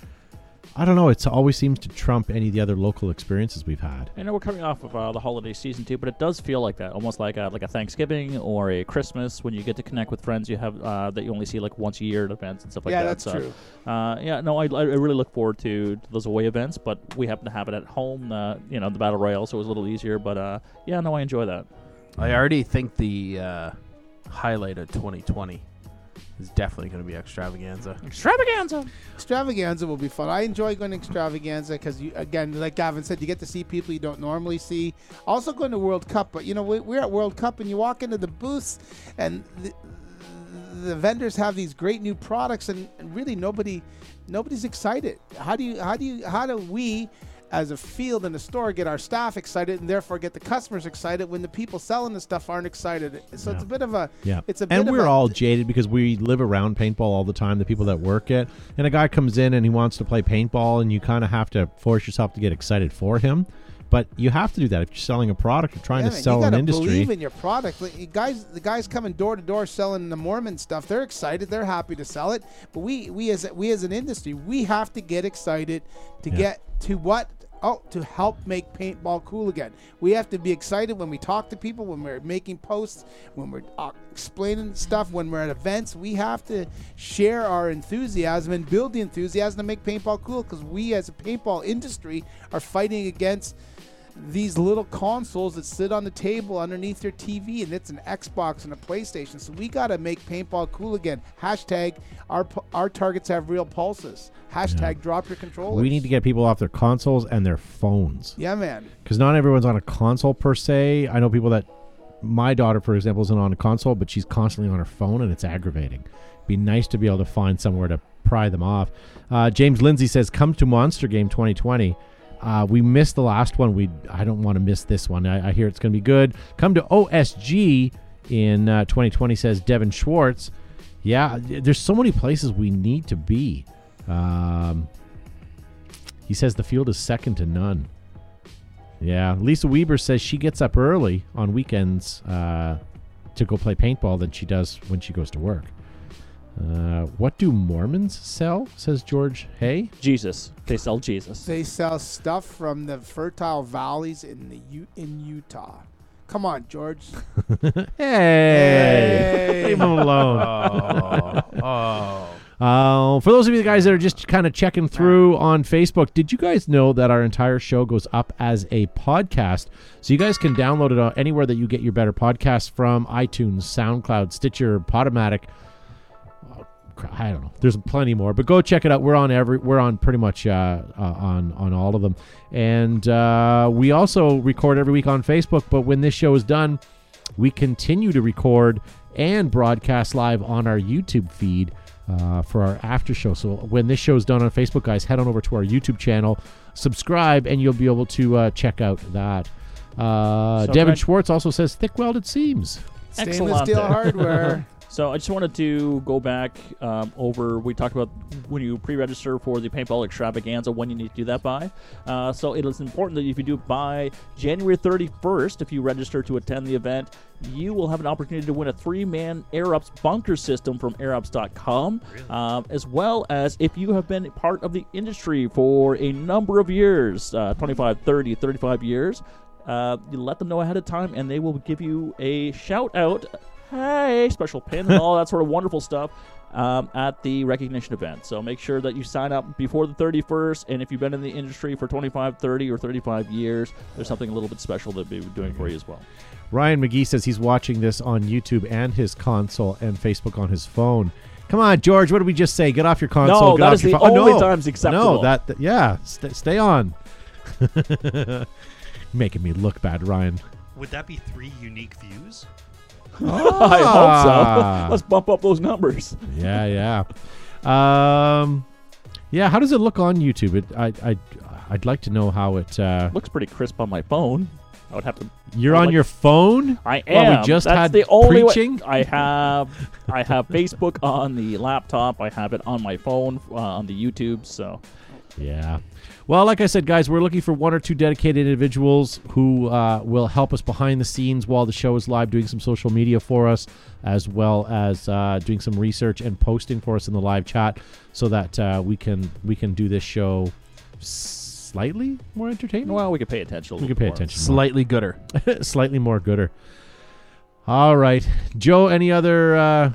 S1: I don't know. It's always seems to trump any of the other local experiences we've had.
S2: I know we're coming off of uh, the holiday season too, but it does feel like that, almost like a, like a Thanksgiving or a Christmas when you get to connect with friends you have uh, that you only see like once a year at events and stuff like
S3: Yeah,
S2: that.
S3: that's
S2: so,
S3: true.
S2: Uh, yeah, no, I, I really look forward to, to those away events, but we happen to have it at home. Uh, you know, the battle royale, so it was a little easier. But uh, yeah, no, I enjoy that.
S4: I already think the uh, highlight of 2020 is definitely going to be (laughs) extravaganza.
S2: Extravaganza.
S3: Extravaganza will be fun. I enjoy going to extravaganza because you, again, like Gavin said, you get to see people you don't normally see. Also going to World Cup, but you know we, we're at World Cup and you walk into the booths and the, the vendors have these great new products and, and really nobody, nobody's excited. How do you? How do you? How do we? As a field and a store, get our staff excited and therefore get the customers excited when the people selling the stuff aren't excited. So it's
S1: Yeah.
S3: a bit of a
S1: Yeah.
S3: It's a bit
S1: and
S3: of
S1: we're
S3: a-
S1: all jaded because we live around paintball all the time, the people that work it. And a guy comes in and he wants to play paintball, and you kind of have to force yourself to get excited for him. But you have to do that if you're selling a product or trying
S3: Yeah,
S1: to
S3: man,
S1: sell
S3: you
S1: an
S3: gotta
S1: industry.
S3: Believe in your product. Like, you guys, the guys coming door to door selling the Mormon stuff. They're excited. They're happy to sell it. But we, we as we as an industry, we have to get excited to
S1: Yeah.
S3: get to what. Oh, to help make paintball cool again. We have to be excited when we talk to people, when we're making posts, when we're uh, explaining stuff, when we're at events. We have to share our enthusiasm and build the enthusiasm to make paintball cool because we, as a paintball industry, are fighting against these little consoles that sit on the table underneath your TV, and it's an Xbox and a PlayStation. So we gotta make paintball cool again. Hashtag our pu- our targets have real pulses. Hashtag drop your controllers.
S1: We need to get people off their consoles and their phones
S3: Yeah, man.
S1: because not everyone's on a console per se. I know people that my daughter, for example, isn't on a console, but she's constantly on her phone, and it's aggravating. Be nice to be able to find somewhere to pry them off. Uh, James Lindsay says, "Come to Monster Game 2020." Uh, we missed the last one. We I don't want to miss this one. I, I hear it's going to be good. Come to OSG in uh, 2020 says Devin Schwartz. Yeah, there's so many places we need to be. Um, he says the field is second to none. Yeah, Lisa Weber says she gets up early on weekends uh, to go play paintball than she does when she goes to work. Uh, what do Mormons sell? Says George Hay.
S2: Jesus. They sell Jesus.
S3: They sell stuff from the fertile valleys in the U- in Utah. Come on, George.
S1: Hey, leave him alone.
S4: Oh, oh.
S1: Uh, for those of you guys that are just kind of checking through on Facebook, did you guys know that our entire show goes up as a podcast? So you guys can download it uh, anywhere that you get your better podcasts from iTunes, SoundCloud, Stitcher, Podomatic. Oh, crap, I don't know. There's plenty more, but go check it out. We're on every. We're on pretty much uh, uh, on on all of them, and uh, we also record every week on Facebook. But when this show is done, we continue to record and broadcast live on our YouTube feed uh, for our after show. So when this show is done on Facebook, guys, head on over to our YouTube channel, subscribe, and you'll be able to uh, check out that. Uh,
S2: So
S1: Devin
S2: Brent-
S1: Schwartz also says thick welded seams.
S3: Stainless
S2: Excellent.
S3: steel hardware.
S2: So I just wanted to go back um, over. We talked about when you pre-register for the paintball extravaganza, when you need to do that by. Uh, so it is important that if you do it by January 31st, if you register to attend the event, you will have an opportunity to win a three-man AirUps bunker system from AirUps.com, um, as well as if you have been part of the industry for a number of years, uh, 25, 30, 35 years. Uh, you let them know ahead of time, and they will give you a shout out hey, special pin, and all that sort of wonderful stuff um, at the recognition event. So make sure that you sign up before the 31st. And if you've been in the industry for 25, 30, or 35 years, there's something a little bit special that we'll be doing for you as well. (laughs)
S1: Ryan McGee says he's watching this on YouTube and his console and Facebook on his phone. Come on, George. What did we just say? Get off your console.
S2: No,
S1: get
S2: that
S1: off
S2: is
S1: your
S2: the
S1: phone. Oh,
S2: only
S1: no.
S2: times
S1: No,
S2: acceptable.
S1: that th- yeah. St- stay on. (laughs) Making me look bad, Ryan.
S5: Would that be three unique views?
S2: I hope
S1: Ah.
S2: so. Let's bump up those numbers.
S1: Yeah, yeah. Um, yeah. How does it look on YouTube? It, I, I, I'd like to know how it. Uh,
S2: Looks pretty crisp on my phone. I would have to.
S1: You're
S2: I would
S1: on
S2: like-
S1: your phone.
S2: I am.
S1: Well, we just
S2: That's
S1: had
S2: the only way-
S1: preaching.
S2: I have. I have Facebook on the laptop. I have it on my phone uh, on the YouTube. So
S1: Yeah. Well, like I said, guys, we're looking for one or two dedicated individuals who uh, will help us behind the scenes while the show is live, doing some social media for us, as well as uh, doing some research and posting for us in the live chat, so that uh, we can we can do this show slightly more entertaining.
S2: well, we could pay attention. A
S1: we
S2: little
S1: can pay
S2: more.
S1: attention, (laughs) more.
S4: Slightly gooder.
S1: slightly more gooder. All right, Joe. Any other? Uh,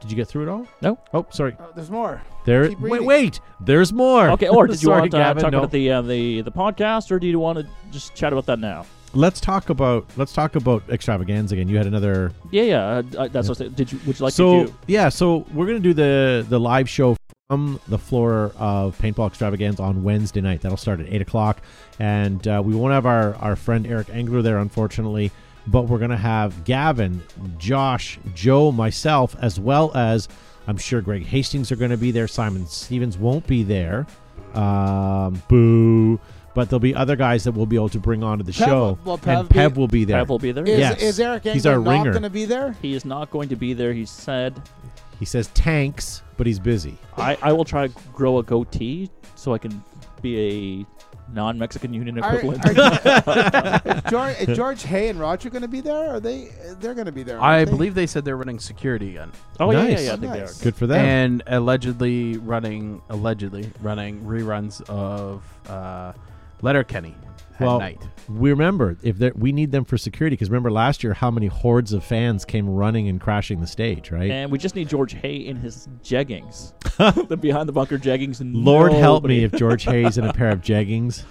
S1: did you get through it all?
S2: No.
S1: Oh, sorry.
S3: Oh, there's more.
S1: There.
S3: Keep
S1: Wait,
S3: reading.
S1: wait. There's more. (laughs)
S2: Okay. Or did you
S1: Sorry,
S2: want to uh,
S1: Gavin,
S2: talk
S1: no.
S2: about the uh, the the podcast, or do you want to just chat about that now?
S1: let's talk about let's talk about extravaganza again. You had another
S2: Yeah, yeah. Uh, uh, that's what I said. Did you? Would you like
S1: so
S2: to do?
S1: yeah, so we're gonna do the the live show from the floor of paintball extravaganza on Wednesday night. That'll start at eight o'clock, and uh, we won't have our our friend Eric Engler there, unfortunately. But we're gonna have Gavin, Josh, Joe, myself, as well as I'm sure Greg Hastings are gonna be there. Simon Stevens won't be there. Um, boo. But there'll be other guys that we'll be able to bring onto the
S3: Pev-
S1: show,
S3: will Pev
S1: and
S3: be-
S1: Pev will be there.
S2: Trav will be there.
S3: Is,
S1: Yes.
S3: is Eric Engel
S1: He's our
S3: not
S1: ringer.
S3: going to be there?
S2: He is not going to be there. He said,
S1: He says tanks, but he's busy.
S2: "I I will try to grow a goatee so I can be a non-Mexican Union
S3: Are-
S2: equivalent."
S3: are- is George, is George Hay and Roger going to be there? Are they? They're going to be there.
S4: I
S3: aren't they?
S4: believe they said they're running security again,
S2: (laughs) oh yeah, yeah,
S1: Nice.
S2: yeah. I think they are.
S3: Nice.
S1: Good for them.
S4: and allegedly running allegedly running reruns of uh, Letterkenny at
S1: well,
S4: night.
S1: we remember if there, we need them for security because remember last year how many hordes of fans came running and crashing the stage, right?
S2: And we just need George Hay in his
S1: (laughs)
S2: jeggings, the behind the bunker jeggings. And
S1: Lord help me
S2: nobody-
S1: if George Hayes in a pair of jeggings.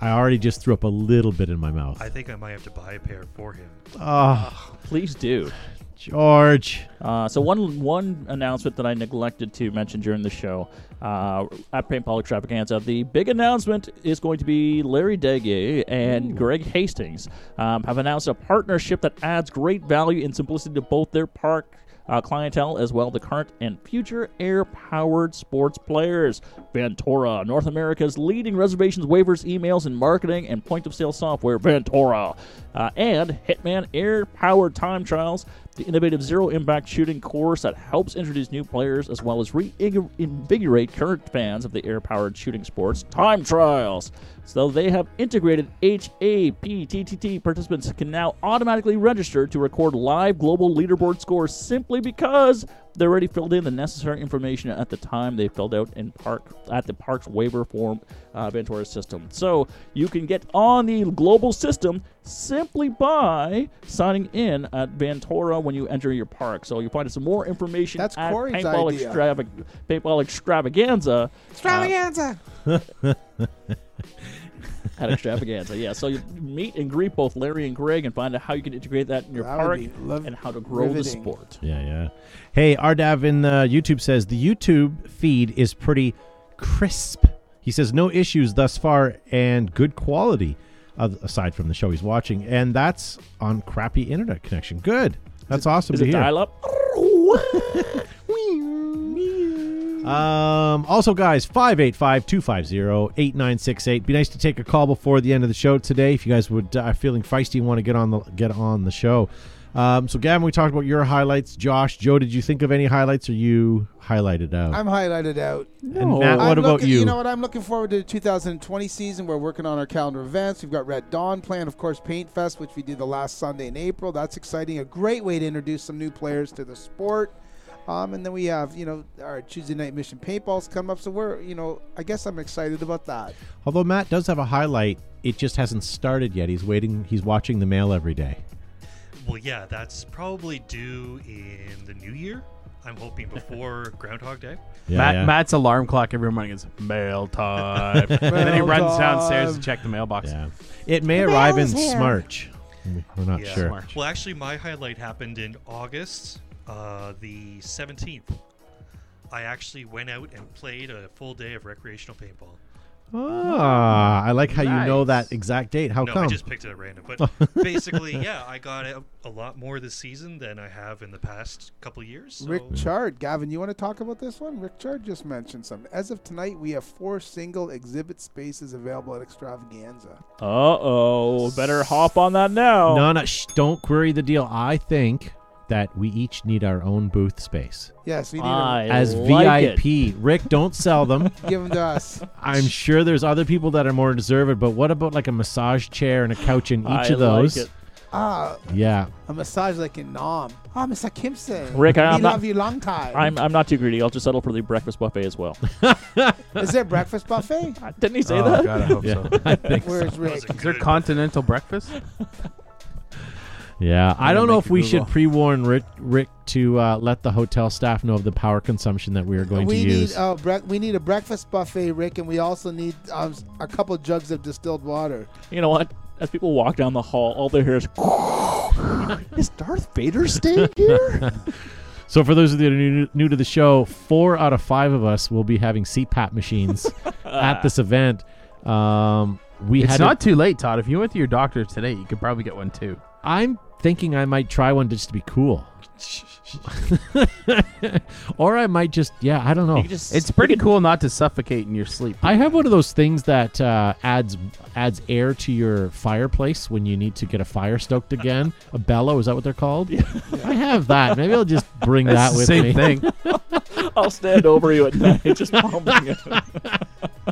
S1: I already just threw up a little bit in my mouth.
S5: I think I might have to buy a pair for him.
S1: Oh,
S2: please do.
S1: George.
S2: Uh, so one one announcement that I neglected to mention during the show uh, at Paintball Extravaganza, uh, the big announcement is going to be Larry Dege and Greg Hastings um, have announced a partnership that adds great value and simplicity to both their park. Uh, clientele as well, the current and future air-powered sports players. Ventura, North America's leading reservations, waivers, emails, and marketing and point-of-sale software. Ventura, uh, and Hitman air-powered time trials the innovative zero impact shooting course that helps introduce new players as well as reinvigorate current fans of the air powered shooting sports time trials. So they have integrated HAPTTT participants can now automatically register to record live global leaderboard scores simply because they already filled in the necessary information at the time they filled out in park at the park's waiver form uh, Ventura system. So you can get on the global system simply by signing in at Ventura when you enter your park. So you'll find some more information
S3: That's
S2: at
S3: Corey's
S2: paintball,
S3: idea.
S2: Extravag- paintball Extravaganza.
S6: Extravaganza.
S2: At Extravaganza, yeah. So you meet and greet both Larry and Greg and find out how you can integrate that in your
S3: That would
S2: park
S3: be lov-
S2: and how to grow the
S3: riveting.
S2: sport.
S1: Yeah, yeah. Hey, Ardav in uh, YouTube says the YouTube feed is pretty crisp. He says no issues thus far and good quality, uh, aside from the show he's watching, and that's on crappy internet connection. Good. That's awesome
S2: Is
S1: to
S2: it
S1: hear.
S2: dial up?
S1: Um, also, guys, 585 250 8968. Be nice to take a call before the end of the show today if you guys would uh, are feeling feisty and want to get on the get on the show. Um, so, Gavin, we talked about your highlights. Josh, Joe, did you think of any highlights or you highlighted out?
S3: I'm highlighted out.
S1: and Matt,
S3: I'm
S1: what about
S3: looking-
S1: you?
S3: You know what? I'm looking forward to the 2020 season. We're working on our calendar events. We've got Red Dawn planned, of course, Paint Fest, which we did the last Sunday in April. That's exciting. A great way to introduce some new players to the sport. Um, and then we have, you know, our Tuesday night mission paintballs come up. So we're, you know, I guess I'm excited about that.
S1: Although Matt does have a highlight, it just hasn't started yet. He's waiting, he's watching the mail every day.
S5: Well, yeah, that's probably due in the new year. I'm hoping before Groundhog Day.
S1: Yeah,
S4: Matt,
S1: yeah.
S4: Matt's alarm clock every morning is mail
S1: (laughs)
S4: time, and then he
S3: Mail
S4: runs downstairs to
S3: time.
S4: check the mailbox.
S1: Yeah. It may
S6: The mail
S1: arrive in
S6: is here.
S1: Smarch. We're not
S5: Yeah.
S1: sure.
S4: March.
S5: Well, actually, my highlight happened in August, uh, the 17th. I actually went out and played a full day of recreational paintball.
S1: Ah, I like how you know that
S4: Nice.
S1: exact date. How
S5: no,
S1: come?
S5: I just picked it at random. But basically, yeah, I got a, a lot more this season than I have in the past couple years. So
S3: Rick Chard, Gavin, you want to talk about this one? Rick Chard just mentioned something. As of tonight, we have four single exhibit spaces available at Extravaganza.
S2: Uh oh. Better hop on that now.
S1: No, no, shh, don't query the deal. I think that we each need our own booth space
S3: Yes, we need
S2: I
S1: as
S2: like it.
S1: VIP. Rick, don't sell them.
S3: to give them to us.
S1: I'm sure there's other people that are more deserved, but what about like a massage chair and a couch in each
S2: I
S1: of those?
S2: like it.
S3: Ah,
S1: Yeah.
S3: a massage like in Nom. Ah, Mr. Kimson.
S2: Rick, I-
S3: we
S2: I'm not-
S3: love you long time.
S2: I'm, I'm not too greedy. I'll just settle for the breakfast buffet as well. (laughs)
S3: Is there breakfast buffet?
S2: Uh, Didn't he say
S4: Oh,
S2: that?
S4: God, I hope
S1: Yeah.
S4: so.
S1: I think so.
S3: Where's
S5: that was
S3: Rick?
S5: a
S4: Is there
S5: good-
S4: continental breakfast?
S1: Yeah. I
S4: I'm
S1: don't
S4: gonna
S1: know
S4: make
S1: if
S4: you
S1: we
S4: Google.
S1: should pre warn Rick, Rick to uh, let the hotel staff know of the power consumption that we are going
S3: we
S1: to
S3: need
S1: use.
S3: uh, bre- we need a breakfast buffet, Rick, and we also need um, s- a couple jugs of distilled water.
S2: You know what? As people walk down the hall, all they hear is, "Is Darth Vader staying here?"
S1: So, for those of you that are new, new to the show, four out of five of us will be having CPAP
S2: (laughs)
S1: machines at this event. Um, we
S4: It's
S1: had
S4: not too late, Todd. If you went to your doctor today, you could probably get one too.
S1: I'm thinking I might try one just to be cool, (laughs) or I might just yeah, I don't know.
S2: You just-
S1: (laughs)
S4: It's pretty cool not to suffocate in your sleep.
S1: I have one of those things that uh, adds adds air to your fireplace when you need to get a fire stoked
S2: (laughs)
S1: again. a bellow, is that what they're called? I have that. Maybe I'll just bring that
S4: That's the
S1: with
S4: same
S1: me.
S4: thing.
S2: (laughs)
S1: (laughs)
S2: I'll stand over you at night, (laughs) just pumping you.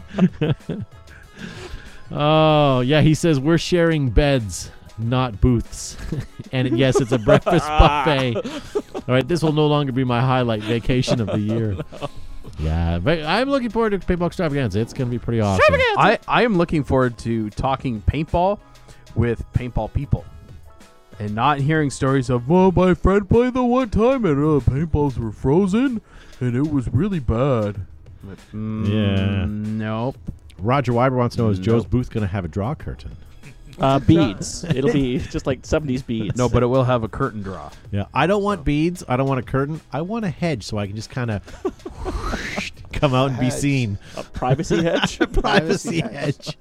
S1: Oh yeah, he says we're sharing beds, not booths. (laughs) and yes, it's a
S3: (laughs)
S1: breakfast buffet. All right, this will no longer be my highlight vacation of
S3: (laughs)
S1: the year. Yeah, but I'm looking forward to paintball extravaganza. It's gonna be pretty awesome.
S3: (laughs)
S4: I, I am looking forward to talking paintball with paintball people and not hearing stories of, well, my friend played the one time and uh, paintballs were frozen and it was really bad. Like, mm,
S1: Yeah.
S4: Nope.
S1: Roger Weiber wants to know: Is Joe's
S4: Nope.
S1: booth gonna have a draw curtain?
S2: (laughs) Uh, beads. It'll be just like '70s beads.
S4: No, but it will have a curtain draw.
S1: Yeah, I don't want beads. I don't want a curtain. I want a hedge so I can just
S3: (laughs)
S1: kind of (laughs) come out and be
S3: Hedge.
S1: seen.
S2: a privacy hedge.
S3: Privacy
S1: hedge.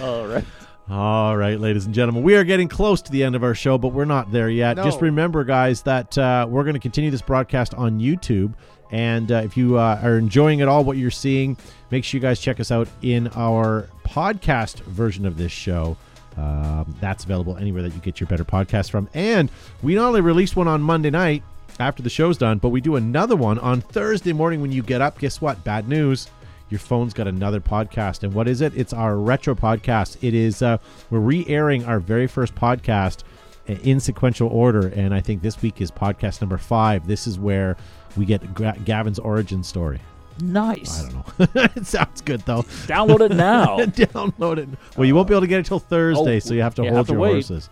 S2: All right.
S1: All right, ladies and gentlemen, we are getting close to the end of our show, but we're not there yet.
S3: No.
S1: Just remember, guys, that uh, we're going to continue this broadcast on YouTube. And uh, if you uh, are enjoying at all what you're seeing, make sure you guys check us out in our podcast version of this show. Um, that's available anywhere that you get your better podcast from. And we not only released one on Monday night after the show's done, but we do another one on Thursday morning when you get up. Guess what? Bad news your phone's got another podcast and what is it it's our retro podcast it is uh, we're re-airing our very first podcast uh, in sequential order and i think this week is podcast number five this is where we get Gra- gavin's origin story i
S2: Nice.
S1: don't know (laughs) it sounds good though
S2: Download
S1: (laughs)
S2: it now.
S1: download it well you won't be able to get it till thursday
S2: oh,
S1: so you have to
S2: you
S1: hold
S2: have to
S1: your
S2: wait.
S1: horses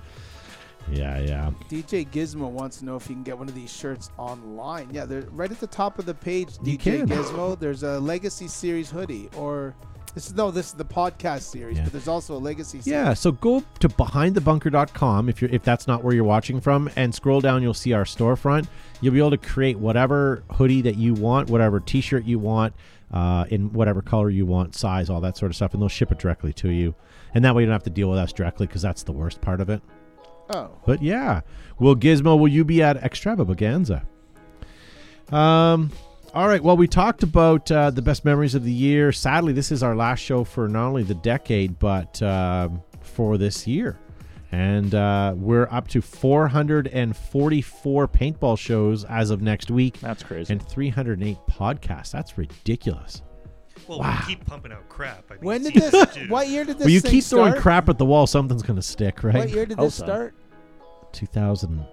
S1: yeah yeah
S3: DJ Gizmo wants to know if you can get one of these shirts online. Yeah, they're right at the top of the page.
S1: You
S3: DJ
S1: can.
S3: Gizmo. There's a Legacy Series hoodie, or this is no, this is the podcast series,
S1: Yeah.
S3: but there's also a Legacy.
S1: Yeah, so go to behindthebunker.com if you're if that's not where you're watching from and scroll down you'll see our storefront. You'll be able to create whatever hoodie that you want, whatever t-shirt you want, uh, in whatever color you want, size, all that sort of stuff and they'll ship it directly to you. And that way you don't have to deal with us directly cuz that's the worst part of it.
S3: Series. Oh,
S1: But yeah, will Gizmo, will you be at Extravaganza? Um, all right. Well, we talked about uh, the best memories of the year. Sadly, this is our last show for not only the decade but um, for this year, and uh, we're up to 444 paintball shows as of next week,
S2: That's crazy.
S1: and 308 podcasts. That's ridiculous.
S5: Well,
S1: Wow.
S5: we keep pumping out crap. I mean,
S3: when
S5: (laughs)
S3: did
S5: it's easy
S3: this?
S5: to do.
S3: what year did this?
S1: Well, you
S3: thing
S1: keep throwing
S3: start?
S1: crap at the wall, something's going to stick, right?
S3: What year did
S2: Hope
S3: this
S2: so.
S3: start?
S1: 2000.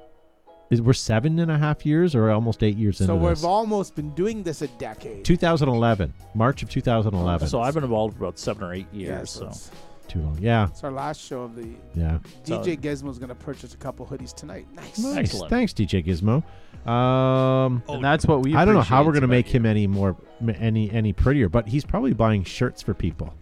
S1: Is, we're seven and a half years or almost eight years
S3: So
S1: into
S3: we've
S1: this?
S3: almost been doing this a decade.
S1: 2011, March of 2011.
S2: So I've been involved for about seven or eight
S3: Yeah,
S2: years.
S3: so
S2: so
S3: it's,
S1: Too long. Yeah,
S3: it's our last show of the.
S1: yeah.
S2: So-
S3: DJ Gizmo's gonna purchase a couple hoodies tonight. Nice.
S1: Nice.
S2: Excellent.
S1: Thanks, DJ Gizmo. Um,
S5: Oh,
S4: And that's what we
S1: I don't know how we're
S4: appreciate
S1: gonna make
S4: about you.
S1: him any more m- any any prettier, but he's probably buying shirts for people.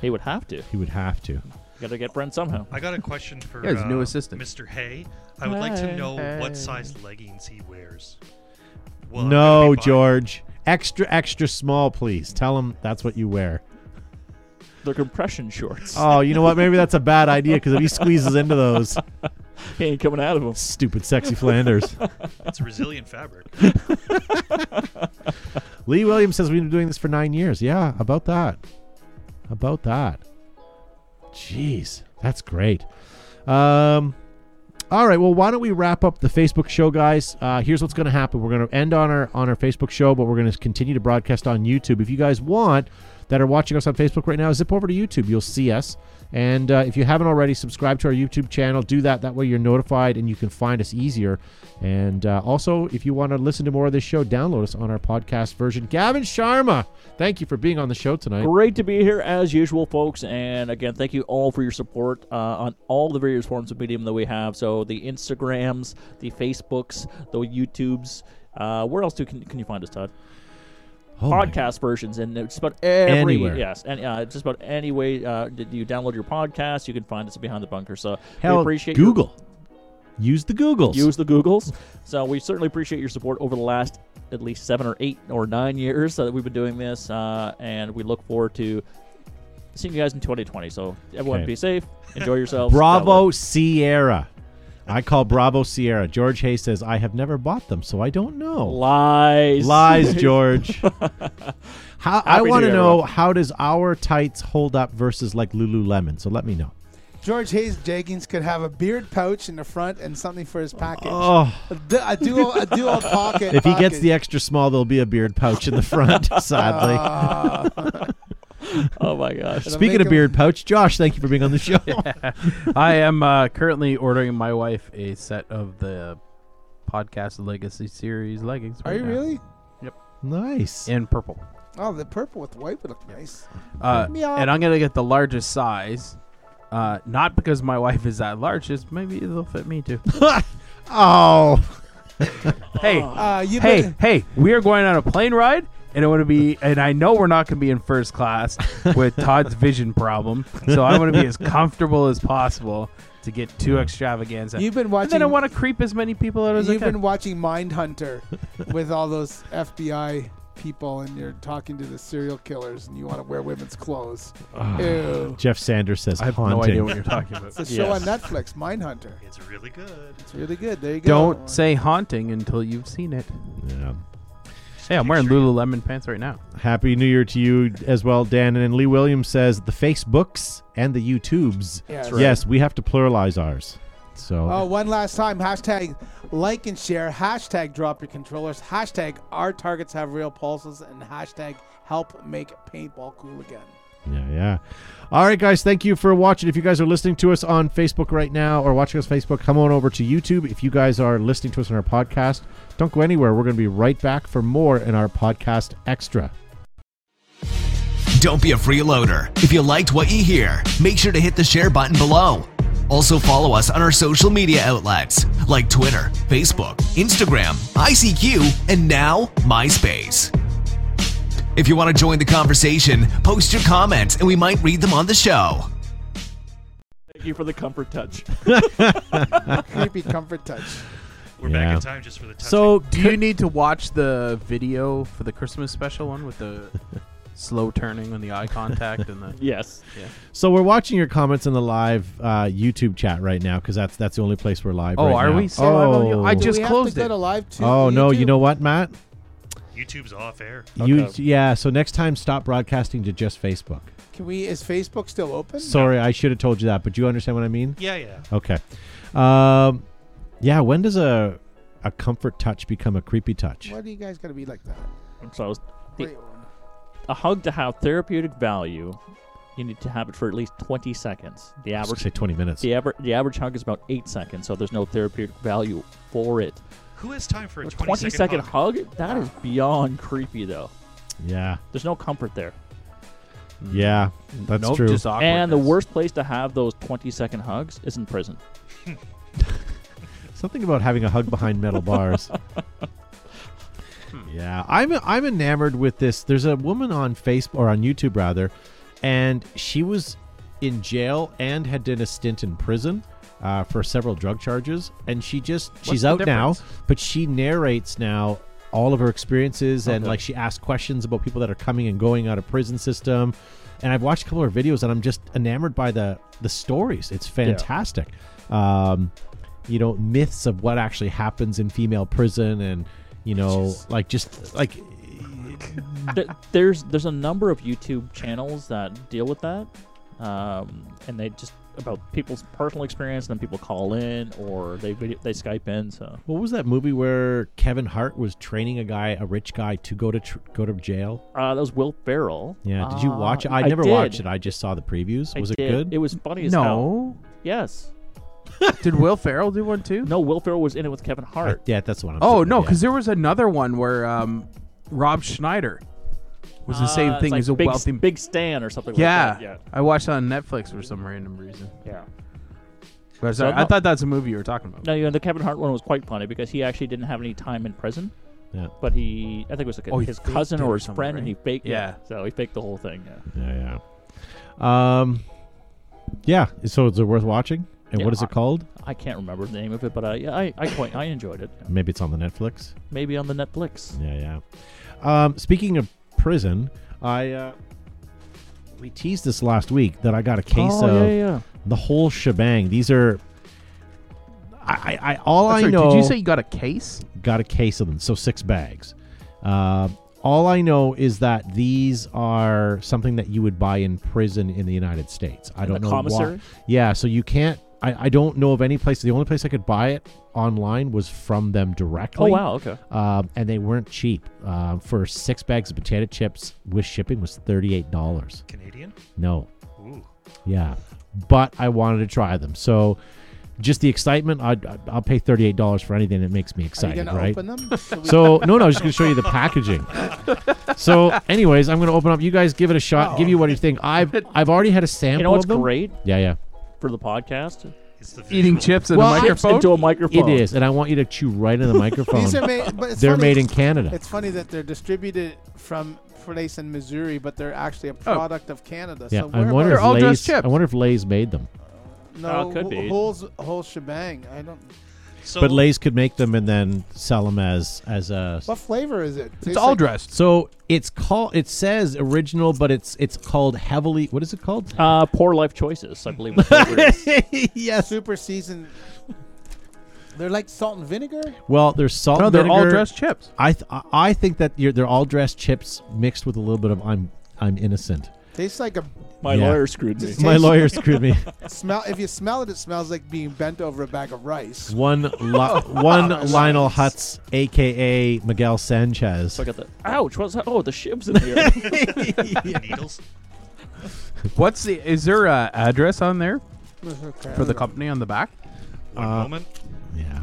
S2: he would have to.
S1: He would have to.
S2: Got to get Brent somehow.
S5: I got a question for
S4: Yeah, he's a new
S5: uh,
S4: assistant.
S5: Mr. Hay. I would like to know
S4: Hey.
S5: what size leggings he wears. Well, I'm gonna
S1: no,
S5: be buying-
S1: George. Extra, extra small, please. Tell them that's what you wear.
S2: They're compression shorts.
S1: Oh, you know what? Maybe that's a bad idea because if he squeezes into
S5: (laughs)
S1: those,
S2: (laughs) he ain't coming out of them.
S1: stupid, sexy Flanders.
S5: It's a resilient fabric.
S1: Lee Williams says we've been doing this for nine years. Yeah, about that. About that. Jeez, that's great. Um, all right. Well, why don't we wrap up the Facebook show, guys? Uh, here's what's going to happen. We're going to end on our on our Facebook show, but we're going to continue to broadcast on YouTube. If you guys want that are watching us on Facebook right now, zip over to YouTube. You'll see us. And uh, if you haven't already, subscribe to our YouTube channel. Do that. That way, you're notified and you can find us easier. And uh, also, if you want to listen to more of this show, download us on our podcast version. Gavin Sharma, thank you for being on the show tonight.
S2: Great to be here as usual, folks. And again, thank you all for your support uh, on all the various forms of medium that we have. So the Instagrams, the Facebooks, the YouTubes. Uh, where else do can, can you find us, Todd?
S1: Oh my-
S2: podcast versions and it's about every
S1: Anywhere.
S2: yes, and uh, just about any way uh, that you download your podcast, you can find us at behind the bunker. So
S1: Hell,
S2: we appreciate your-
S1: Google. Use the Googles.
S2: use the Googles. So we certainly appreciate your support over the last at least seven or eight or nine years that we've been doing this, uh, and we look forward to seeing you guys in 2020. So everyone,
S1: Okay.
S2: be safe,
S1: (laughs)
S2: enjoy yourselves.
S1: Bravo Sierra. I call Bravo Sierra. George Hayes says, I have never bought them, so I don't know.
S2: lies,
S1: Lies,
S4: (laughs)
S1: George. how, I
S2: Happy
S1: want to
S2: New Year,
S1: know
S2: everyone.
S1: how does our tights hold up versus like Lululemon? So let me know.
S3: George Hayes Jeggings could have a beard pouch in the front and something for his package.
S1: Oh,
S3: A, du- a dual, a dual
S4: (laughs)
S3: pocket.
S1: if he gets the
S3: pocket.
S1: extra small, there'll be a beard pouch in the
S4: (laughs)
S1: front. Sadly.
S3: Ah.
S2: Oh my gosh.
S3: It'll
S1: Speaking
S3: make
S1: of
S3: him-
S1: beard pouch, Josh, thank you for
S4: (laughs)
S1: being on the show.
S4: I am uh, currently ordering my wife a set of the podcast legacy series leggings.
S3: Are
S4: right
S3: you
S4: now.
S3: really?
S1: Nice.
S4: In purple.
S3: Oh, the purple with white would look nice.
S4: Uh,
S3: Meow.
S4: and I'm gonna get the largest size. Uh, not because my wife is that large, just maybe it'll fit
S3: (laughs)
S4: me too.
S1: Oh,
S4: (laughs) hey,
S3: Uh, you
S4: hey,
S3: better-
S4: hey, we are going on a plane ride, and it would be, and I know we're not gonna be in first
S3: (laughs)
S4: class with Todd's vision problem, so I want to be as comfortable as possible to get too extravaganza.
S3: You've been
S4: and then I
S3: watching-
S4: want to creep as many people out as I
S3: You've
S4: can.
S3: been watching
S4: (laughs)
S3: Mindhunter with all those FBI people, and you're talking to the serial killers, and you want to wear women's
S4: (sighs)
S3: clothes. Ew.
S1: Jeff Sanders says
S4: I have
S1: haunting.
S4: no idea what you're talking about.
S3: (laughs) It's a show on
S2: Yes.
S3: Netflix, Mindhunter.
S5: It's really good.
S3: It's really good. There you go.
S4: Don't say haunting until you've seen it.
S1: (laughs) Yeah.
S4: Hey, I'm wearing
S5: Picture it.
S4: Lululemon pants right now.
S1: Happy New Year to you as well, Dan. And then Lee Williams says the Facebooks and the YouTubes.
S3: Yes.
S1: Yes, we have to pluralize ours. So
S3: Oh, one last time. Hashtag like and share. Hashtag drop your controllers. Hashtag our targets have real pulses. And hashtag help make paintball cool again.
S1: yeah, yeah. All right, guys. Thank you for watching. If you guys are listening to us on Facebook right now or watching us on Facebook, come on over to YouTube. If you guys are listening to us on our podcast, don't go anywhere. We're going to be right back for more in our podcast extra.
S7: Don't be a freeloader. If you liked what you hear, make sure to hit the share button below. Also, follow us on our social media outlets like Twitter, Facebook, Instagram, ICQ, and now MySpace. If you want to join the conversation, post your comments and we might read them on the show.
S2: (laughs) Thank you for the comfort touch.
S1: (laughs)
S3: Creepy comfort touch.
S5: We're
S1: Yeah.
S5: back in time just for the touching.
S4: So, do you need to watch the video for the Christmas special one with the slow turning and the eye
S2: (laughs)
S4: contact and the?
S2: Yes.
S1: So we're watching your comments in the live uh, YouTube chat right now because that's that's the only place we're live.
S4: Oh,
S1: right
S4: are
S1: now.
S4: we still live on you- I
S1: Oh.
S3: Do
S4: just
S3: we
S4: closed
S3: have to
S4: it.
S3: Go to live too,
S1: Oh no! You
S3: YouTube?
S1: know what, Matt?
S5: YouTube's off air.
S1: You
S2: Okay.
S1: yeah. So next time, stop broadcasting to just Facebook.
S3: Can we? Is Facebook still open?
S1: Sorry, I should have told you that, but you understand what I mean.
S5: Yeah, yeah.
S1: Okay. Um, yeah. When does a a comfort touch become a creepy touch?
S3: Why do you guys gotta be like that?
S2: So it's The-
S3: Wait,
S2: a hug to have therapeutic value. You need to have it for at least 20 seconds. The
S1: I was
S2: average
S1: gonna say twenty minutes.
S2: The average the average hug is about eight seconds, so there's no therapeutic value for it.
S5: Who has time for a
S2: A
S5: 20,
S2: 20 second hug? That is beyond creepy, though.
S1: Yeah.
S2: There's no comfort there.
S1: Yeah. That's
S4: Nope,
S1: true.
S4: just
S2: And the
S4: awkwardness.
S2: worst place to have those 20 second hugs is in prison.
S1: Something about having a hug behind metal
S4: (laughs)
S1: bars. (laughs) yeah, I'm I'm enamored with this. There's a woman on Facebook or on YouTube rather, and she was in jail and had done a stint in prison uh, for several drug charges, and she just she's
S4: the
S1: out now,
S4: difference?
S1: but she narrates now all of her experiences and
S2: Okay.
S1: like she asks questions about people that are coming and going out of prison system. And I've watched a couple of her videos and I'm just enamored by the the stories. It's fantastic. Um, you know, myths of what actually happens in female prison and you know, like just like
S2: Th- there's there's a number of YouTube channels that deal with that, um, and they just about people's personal experience, and then people call in or they video, they Skype in. So
S1: what was that movie where Kevin Hart was training a guy, a rich guy, to go to tr- go to jail?
S2: uh, that was Will Ferrell.
S1: Yeah. Did you
S2: Uh,
S1: watch it? I never watched it. I just saw the previews.
S2: I
S1: Was it
S2: did.
S1: good?
S2: It was funny as hell.
S4: No.
S2: Yes.
S4: Did Will Ferrell do one too?
S2: No, Will Ferrell was in it with Kevin Hart.
S1: yeah, that's what I'm.
S4: Oh
S1: saying,
S4: no,
S1: yeah.
S4: because there was another one where um, Rob Schneider was the same
S2: Uh,
S4: thing.
S2: it's
S4: He's
S2: like
S4: a
S2: big,
S4: wealthy.
S2: Big Stan or something
S4: yeah,
S2: like that.
S4: I watched that on Netflix for some random reason.
S2: Yeah. Yeah.
S4: But sorry,
S2: So,
S4: I
S2: no.
S4: thought that's a movie you were talking about.
S2: No, you know, the Kevin Hart one was quite funny because he actually didn't have any time in prison.
S1: Yeah.
S2: But he, I think it was like
S4: Oh, he
S2: his
S4: faked
S2: cousin
S4: it
S2: or
S4: or
S2: his
S4: something,
S2: friend, and he
S4: right?
S2: faked.
S4: Yeah.
S2: It. So he faked the whole thing. Yeah.
S1: Yeah, yeah. Um, yeah. So is it worth watching? And
S2: Yeah,
S1: what is it
S2: I-
S1: called?
S2: I can't remember the name of it, but I, yeah, I, I quite, I enjoyed it.
S1: Maybe it's on the Netflix.
S2: Maybe on the Netflix.
S1: Yeah, yeah. Um, speaking of prison, I uh, we teased this last week that I got a case
S2: oh,
S1: of
S2: yeah, yeah.
S1: the whole shebang. These are. I, I, I all
S4: Sorry,
S1: I know.
S4: Did you say you got a case?
S1: got a case of them, so six bags. Uh, all I know is that these are something that you would buy in prison in the United States. I
S2: In
S1: don't
S2: the
S1: know
S2: commissary?
S1: why. Yeah, so you can't. I, I don't know of any place. The only place I could buy it online was from them
S2: Oh
S1: directly.
S2: wow. Okay.
S1: Um, and they weren't cheap. Um, for six bags of potato chips with shipping was thirty eight dollars.
S5: Canadian?
S1: No,
S5: Ooh.
S1: yeah, but I wanted to try them. So, just the excitement. I'd, I'd- I'll pay thirty eight dollars for anything that makes me
S3: Are you
S1: excited.
S3: gonna
S1: right? (laughs)
S3: open them? So we-
S1: So no, no, I was just gonna show you the packaging. So, anyways, I'm gonna open up. You guys give it a shot. Give you what you think. I've I've already had a sample
S2: You know what's
S1: of them.
S2: great
S1: Yeah, yeah,
S2: for the podcast?
S5: It's the
S4: Eating
S5: visual.
S4: chips in
S1: Well, I-
S4: a microphone?
S2: Into a microphone.
S1: it is, and I want you to chew right in the microphone.
S3: These are made, but it's
S1: Um, They're
S3: funny.
S1: made in Canada.
S3: It's funny that they're distributed from place in Missouri, but they're actually a product of Canada.
S1: Oh. Yeah,
S3: so
S1: I
S3: where
S1: wonder
S4: They're
S1: if
S4: all
S1: Lay's.
S4: dressed
S1: I
S4: chips.
S1: wonder if Lay's made them,
S3: no,
S2: Oh, it could
S3: wh-
S2: be.
S3: Whole, whole shebang. I don't.
S5: So,
S1: but Lay's could make them and then sell them as as a.
S3: What flavor is it?
S4: It's all dressed.
S1: So it's called. It says original, but it's it's called heavily. What is it called? (laughs)
S2: Uh, poor life choices, I believe. is what it is.
S3: Yes. Super seasoned. They're like salt and vinegar.
S1: Well, there's salt.
S4: No,
S1: and
S4: they're all
S1: vinegar.
S4: dressed chips.
S1: I th- I- I think that you're, they're all dressed chips mixed with a little bit of I'm I'm innocent.
S3: Tastes like a
S2: My
S1: Yeah.
S2: lawyer screwed me.
S1: My lawyer screwed
S3: (laughs)
S1: me.
S3: smell. If you smell it, it smells like being bent over a bag of rice.
S1: One li- one Lionel Hutz, aka Miguel Sanchez.
S2: So I got the ouch. What's that? Oh, the shibs in
S1: (laughs)
S2: here.
S5: needles.
S4: What's the? Is there a address on there
S3: Okay.
S4: for the company on the back?
S5: One moment.
S1: Yeah.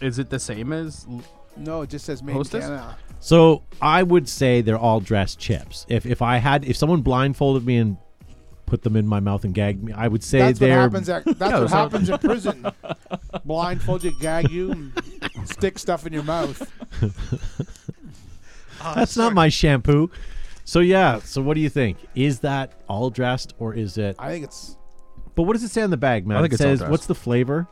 S4: Is it the same as? l-
S3: No, it just says made in
S4: Hostess?
S3: Canada.
S1: So I would say they're all dressed chips. If if I had if someone blindfolded me and put them in my mouth and gagged me, I would say
S3: That's what
S1: they're
S3: happens. At, that's
S4: No,
S3: what
S4: so-
S3: happens
S1: (laughs)
S3: in prison. Blindfold you, gag you, and stick stuff in your mouth.
S5: Uh,
S1: That's not
S5: sorry.
S1: my shampoo. So yeah, so what do you think? Is that all dressed or is it
S3: I think it's
S1: But what does it say on the bag, man?
S4: I think
S1: it
S4: it's all
S1: says
S4: dressed.
S1: what's the flavor?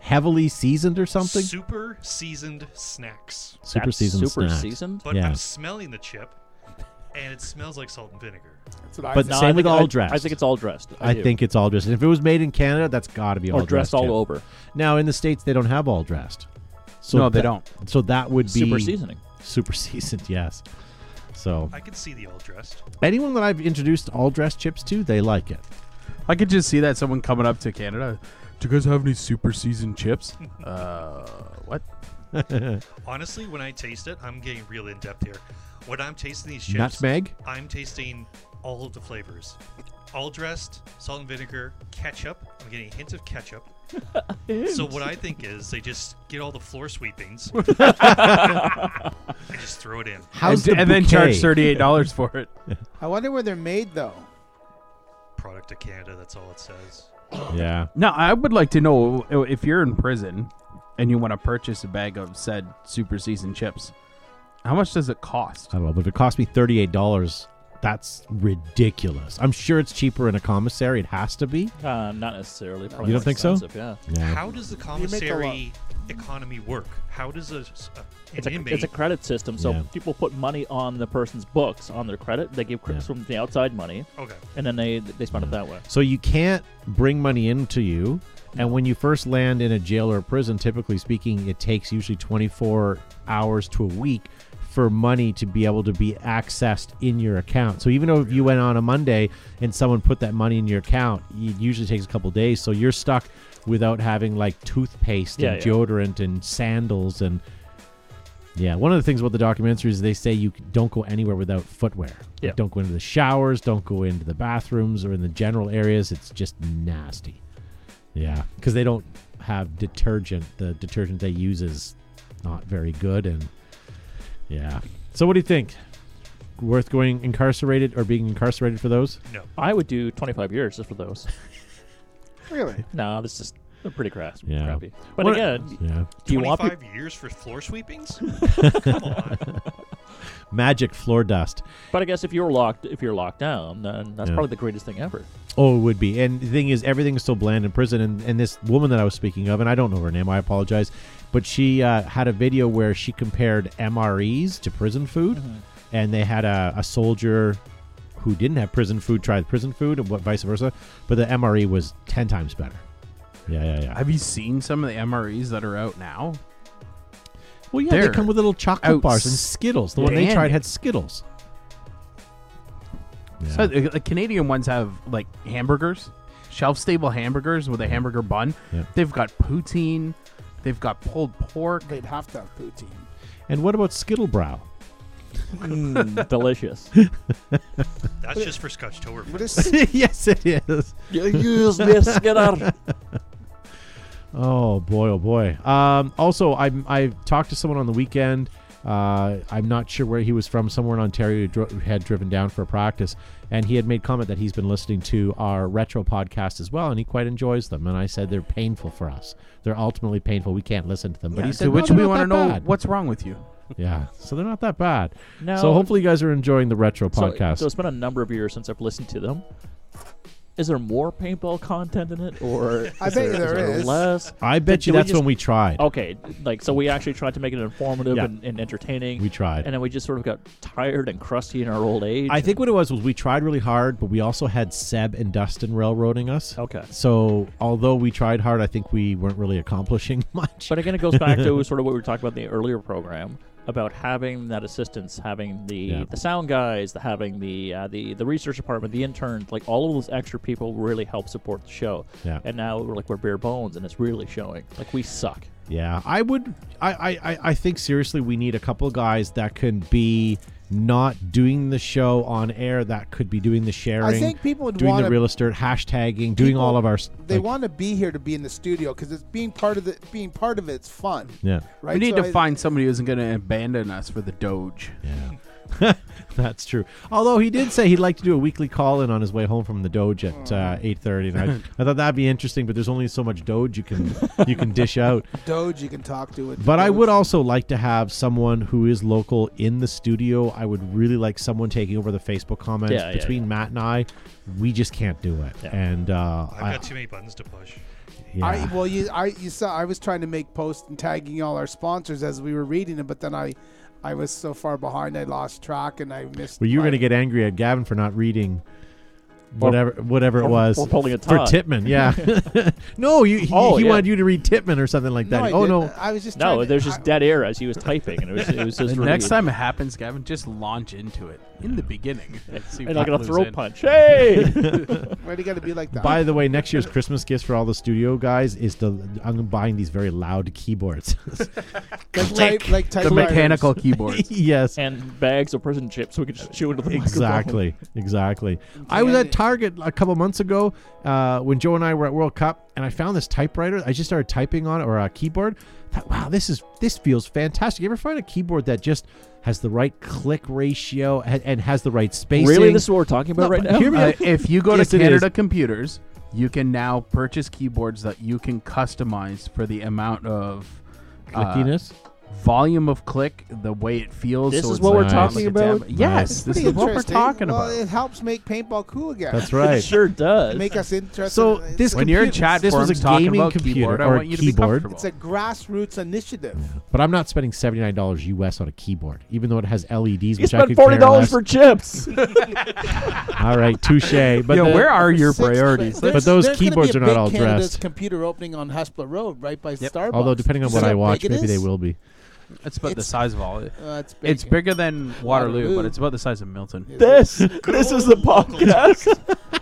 S1: Heavily seasoned or something?
S5: Super seasoned snacks.
S1: super
S2: That's
S1: seasoned
S2: Super
S1: snacks.
S2: seasoned.
S5: But
S1: Yeah.
S5: I'm smelling the chip, and it smells like salt and vinegar.
S3: that's what I.
S1: But
S3: think.
S2: No, I
S1: Same with
S2: think-
S1: all
S2: I-
S1: dressed.
S2: I think it's all dressed.
S1: I
S2: do.
S1: think it's all dressed. And if it was made in Canada, that's got to be all
S2: or dressed all
S1: chip.
S2: over.
S1: Now in the states they don't have all dressed. So
S4: no, they
S1: tha-
S4: don't.
S1: So that would be
S2: Super seasoning.
S1: Super (laughs) seasoned, yes. So
S5: I can see the all dressed.
S1: anyone that I've introduced all dressed chips to, they like it.
S4: I could just see that someone coming up to Canada. Do you guys have any super
S3: (laughs)
S4: seasoned chips? uh, what?
S5: Honestly, when I taste it, I'm getting real in depth here. When I'm tasting these chips,
S1: Nutmeg.
S5: I'm tasting all of the flavors. All dressed, salt and vinegar, ketchup. I'm getting a hint of ketchup. so what I think is they just get all the floor sweepings (laughs) and just throw it in.
S1: How's
S4: and,
S1: the
S4: and then charge
S1: bouquet? (laughs)
S4: thirty-eight dollars for it.
S3: I wonder where they're made though.
S5: Product of Canada, that's all it says.
S1: Yeah.
S4: Now, I would like to know i- if you're in prison and you want to purchase a bag of said super seasoned chips, how much does it cost?
S1: I don't know, but if it cost me thirty-eight dollars, That's ridiculous. I'm sure it's cheaper in a commissary. It has to be.
S2: Uh, not necessarily. Probably
S1: You don't
S2: more
S1: think so?
S2: expensive, Yeah.
S5: How does the
S3: make a lot.
S5: commissary economy work? How does a, s- a-
S2: It's
S5: an
S2: a,
S5: inmate?
S2: it's a credit system, so
S1: Yeah.
S2: people put money on the person's books on their credit. They give credit
S1: Yeah.
S2: from the outside money,
S5: okay.
S2: and then they they spend it that way.
S1: So you can't bring money into you. And when you first land in a jail or a prison, typically speaking, it takes usually 24 hours to a week for money to be able to be accessed in your account. So even though if you went on a Monday and someone put that money in your account, it usually takes a couple days. So you're stuck without having like toothpaste
S2: Yeah,
S1: and
S2: yeah.
S1: deodorant and sandals and yeah, one of the things about the documentary is they say you c- don't go anywhere without footwear.
S2: Yeah.
S1: Don't go into the showers, don't go into the bathrooms or in the general areas. It's just nasty. Yeah, because they don't have detergent. The detergent they use is not very good. And yeah. So, what do you think? Worth going incarcerated or being incarcerated for those?
S5: No.
S2: I would do 25 years just for those. (laughs)
S3: Really?
S2: no, this is they're pretty crass,
S1: Yeah.
S2: crappy. But
S1: What-
S2: again,
S1: Yeah.
S2: do you want people?
S5: Twenty-five years for floor sweepings? Come on.
S1: Magic floor dust.
S2: But I guess if you're locked, if you're locked down, then that's
S1: Yeah.
S2: probably the greatest thing ever.
S1: Oh, it would be. And the thing is, everything is so bland in prison. And, and this woman that I was speaking of, and I don't know her name, I apologize, but she uh, had a video where she compared MREs to prison food. And they had a, a soldier who didn't have prison food try the prison food and what vice versa. But the MRE was 10 times better. Yeah, yeah, yeah.
S4: Have you seen some of the MREs that are out now?
S1: well, yeah, they
S4: they're
S1: come with little chocolate bars and Skittles. The one they tried
S4: outstanding.
S1: had Skittles. Yeah.
S4: So the, the Canadian ones have like hamburgers, shelf stable hamburgers with a hamburger bun.
S1: Yeah.
S4: They've got poutine, they've got pulled pork.
S3: They'd have to have poutine.
S1: and what about Skittlebrow?
S2: Mm, delicious.
S5: That's just for Scotchtoberfest.
S1: (laughs)
S3: What
S1: (laughs)
S3: is
S1: yes, it is.
S2: Use this, get out.
S1: Oh boy, oh boy. Um, also, I I talked to someone on the weekend. Uh, I'm not sure where he was from, somewhere in Ontario, who dro- who had driven down for a practice, and he had made comment that he's been listening to our retro podcast as well, and he quite enjoys them. And I said they're painful for us; they're ultimately painful. We can't listen to them. But he said,
S4: to which
S1: no,
S4: we
S1: they're not
S4: want to
S1: that
S4: know
S1: bad."
S4: what's wrong with you.
S1: Yeah, so they're not that bad.
S2: Now-
S1: so hopefully, you guys are enjoying the retro
S2: So-
S1: podcast.
S2: So, it's been a number of years since I've listened to them. Is there more paintball content in it, or
S3: I
S2: is
S3: bet
S2: there,
S3: there is.
S2: less?
S1: I bet
S2: Did-
S1: you
S2: did we
S1: that's
S2: just-
S1: when we tried.
S2: Okay, like so we actually tried to make it informative
S1: Yeah.
S2: and, and entertaining.
S1: We tried.
S2: and then we just sort of got tired and crusty in our old age.
S1: I think what it was was we tried really hard, but we also had Seb and Dustin railroading us.
S2: Okay.
S1: So although we tried hard, I think we weren't really accomplishing (laughs) much.
S2: But again, it goes
S1: (laughs)
S2: back to sort of what we were talking about in the earlier program about having that assistance, having the,
S1: Yeah.
S2: the sound guys, the having the uh, the the research department, the interns, like all of those extra people really help support the show.
S1: Yeah.
S2: And now we're like we're bare bones, and it's really showing. Like we suck.
S1: yeah, I would. I, I I- I think seriously, we need a couple guys that can be not doing the show on air that could be doing the sharing.
S3: I think people would
S1: doing
S3: want
S1: the real estate hashtagging, doing all of our. s-
S3: They
S1: like-
S3: want to be here to be in the studio because it's being part of the being part of it's fun.
S1: Yeah.
S3: Right.
S4: we need
S3: So
S4: to
S3: I-
S4: find somebody who isn't going to abandon us for the Doge.
S1: Yeah. (laughs) That's true. Although he did say he'd like to do a weekly call in on his way home from the Doge at uh, eight thirty,
S2: (laughs)
S1: and I, I thought that'd be interesting. But there's only so much Doge you can you can dish out.
S3: Doge you can talk to it.
S1: But I would also like to have someone who is local in the studio. I would really like someone taking over the Facebook comments
S2: Yeah, yeah,
S1: between
S2: yeah.
S1: Matt and I. We just can't do it,
S2: Yeah.
S1: and uh,
S5: I've
S1: I,
S5: got too many buttons to push.
S1: yeah.
S3: I well you I you saw I was trying to make posts and tagging all our sponsors as we were reading them, but then I I was so far behind I lost track and I missed.
S1: well, you were
S3: my-
S1: going to get angry at Gavin for not reading. Whatever, whatever it was
S2: or pulling a
S1: for
S2: Todd. (laughs)
S1: Titman, yeah. (laughs) no, you, he,
S2: Oh,
S1: he
S2: yeah.
S1: wanted you to read Titman or something like
S3: No,
S1: that.
S3: I
S1: oh
S3: didn't.
S2: Uh,
S1: no,
S3: I was just trying
S2: No,
S3: to-
S2: there's just
S3: I-
S2: dead air as he was typing, and it was it
S1: (laughs)
S2: was just
S4: The next
S2: really-
S4: time it happens, Gavin, just launch into it in
S1: (laughs)
S4: the beginning. See
S2: and
S4: if you
S2: like a
S4: lose
S2: throw
S4: it.
S2: punch. Hey,
S3: Why do you got to be like that?
S1: By the way, next year's Christmas gift for all the studio guys is to I'm buying these very loud keyboards. (laughs)
S3: like, type, like
S4: The
S3: typewriters.
S4: mechanical keyboard.
S1: yes.
S2: and bags of prison chips, so we could just chew into the
S1: Exactly. Exactly. I was at Target a couple months ago uh, when Joe and I were at World Cup, and I found this typewriter. I just started typing on it or a keyboard. Thought, wow, this is this feels fantastic. You ever find a keyboard that just has the right click ratio and, and has the right spacing?
S2: microphone. Really, this is what we're talking about right now. (laughs)
S1: Hear me
S4: Uh,
S1: out.
S4: if you go
S1: Yes,
S4: to
S1: it is.
S4: Canada Computers, you can now purchase keyboards that you can customize for the amount of uh,
S1: Clickiness.
S4: volume of click, the way it feels.
S2: This
S4: so
S2: is
S4: it's
S2: what we're
S4: not
S2: talking
S4: like a dam-
S2: about?
S4: Yes, this
S3: Pretty
S4: is what we're
S3: interesting.
S4: talking
S3: Well,
S4: about.
S3: It helps make paintball cool again.
S1: That's right.
S2: It (laughs) sure does.
S3: Make us interested.
S1: So
S3: in it.
S1: this
S3: It's-
S4: When you're in
S1: computer-
S4: chat
S1: this was
S4: forums
S1: a
S4: talking
S1: gaming
S4: about
S1: computer
S4: keyboard, I
S1: or
S4: want you to be
S1: keyboard.
S4: comfortable.
S3: it's a grassroots initiative.
S1: But I'm not spending seventy nine dollars US on a keyboard, even though it has LEDs,
S2: you
S1: which I
S2: spent
S1: could care
S2: forty
S1: less.
S2: dollars for (laughs) chips.
S1: All
S2: (laughs)
S1: right, touche. But
S4: yeah,
S1: the-
S4: where (laughs) are your
S3: Six-
S4: priorities?
S1: But
S3: there's-
S1: those
S3: there's gonna be
S1: keyboards
S3: a
S1: are not
S3: big
S1: all
S3: Canada's
S1: dressed.
S3: computer opening on Hespla Road, right by Starbucks.
S1: although depending on
S3: Is
S1: what
S3: that
S1: I
S3: how
S1: watch,
S3: big it
S1: maybe they
S3: is?
S1: will
S2: (laughs)
S1: be.
S4: It's about the
S3: It's-
S4: size of all. It.
S3: Uh, it's big.
S4: It's bigger than Waterloo,
S3: Waterloo.
S4: but it's about the size of Milton.
S2: this this is the podcast.
S5: (laughs)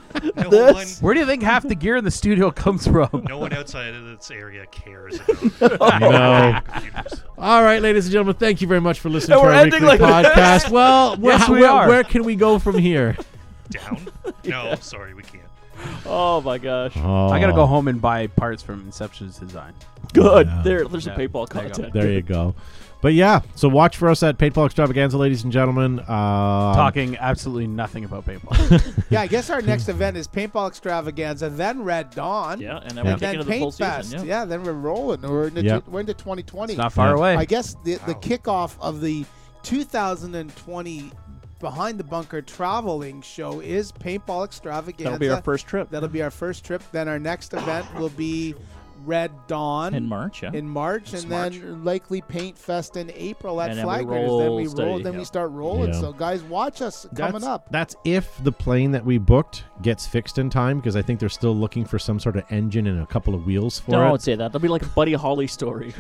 S2: (laughs)
S5: No
S2: This-
S5: one,
S4: Where do you think half the gear in the studio (laughs) comes from?
S5: no one outside of this area cares. About
S2: Oh.
S1: no.
S5: computers.
S1: All right, ladies and gentlemen, thank you very much for listening
S2: And
S1: to
S2: we're
S1: our
S2: ending
S1: weekly
S2: like this?
S4: (laughs)
S1: podcast. Well, where-
S4: Yes, we
S1: where,
S4: are.
S1: where can we go from here?
S2: (laughs)
S5: Down? No, sorry, we can't.
S2: (laughs) Oh my gosh.
S4: I gotta go home and buy parts from Inception's design.
S2: Good. There, there's
S4: Yeah.
S2: some paintball
S4: There you go.
S2: content.
S1: There you go. But yeah, so watch for us at Paintball Extravaganza, ladies and gentlemen. Um,
S4: Talking absolutely nothing about paintball.
S3: yeah, I guess our next event is paintball extravaganza, then Red Dawn,
S2: Yeah, and then
S1: Yeah.
S2: we're kicking
S3: and then
S2: into the full
S3: Paint Fest.
S2: season. Yeah.
S3: yeah. then we're rolling. We're into
S1: Yeah.
S3: tw- we're into 2020.
S4: it's not far
S1: Yeah.
S4: away.
S3: I guess the, the
S5: Wow.
S3: kickoff of the 2020 Behind the Bunker traveling show is Paintball Extravaganza.
S2: That'll be our first trip
S3: That'll be our first trip. Then our next event will be Red Dawn
S2: in March. Yeah.
S3: in March, and
S5: March.
S3: then likely Paint Fest in April at
S2: And then we
S3: Flaggers. Then we
S2: roll
S3: roll.
S2: steady,
S3: Then
S2: yeah.
S3: we start rolling.
S1: Yeah.
S3: So guys, watch us coming
S1: that's,
S3: up.
S1: That's if the plane that we booked gets fixed in time, because I think they're still looking for some sort of engine and a couple of wheels for
S2: Don't
S1: it.
S2: say that. That'll be like a Buddy Holly story.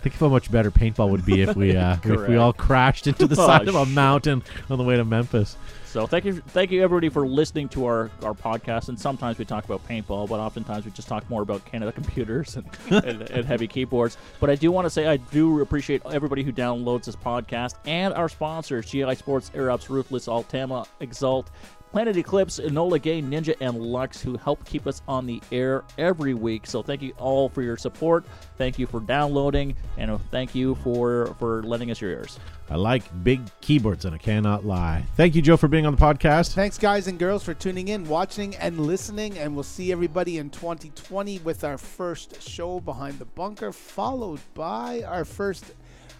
S1: Think of how much better paintball would be if we uh, if we all crashed into the
S4: (laughs)
S2: Oh,
S1: side of a
S2: shit.
S1: mountain on the way to Memphis.
S2: so thank you, thank you everybody for listening to our, our podcast. And sometimes we talk about paintball, but oftentimes we just talk more about Canada (laughs) computers and, and, and heavy keyboards. But I do want to say I do appreciate everybody who downloads this podcast and our sponsors: GI Sports, Air Ups, Ruthless, Altama, Exalt. Planet Eclipse, Enola Gay, Ninja, and Lux, who help keep us on the air every week. So thank you all for your support. Thank you for downloading, and uh, thank you for for lending us your ears.
S1: I like big keyboards, and I cannot lie. Thank you, Joe, for being on the podcast.
S3: Thanks, guys and girls, for tuning in, watching, and listening. And we'll see everybody in 2020 with our first show behind the bunker, followed by our first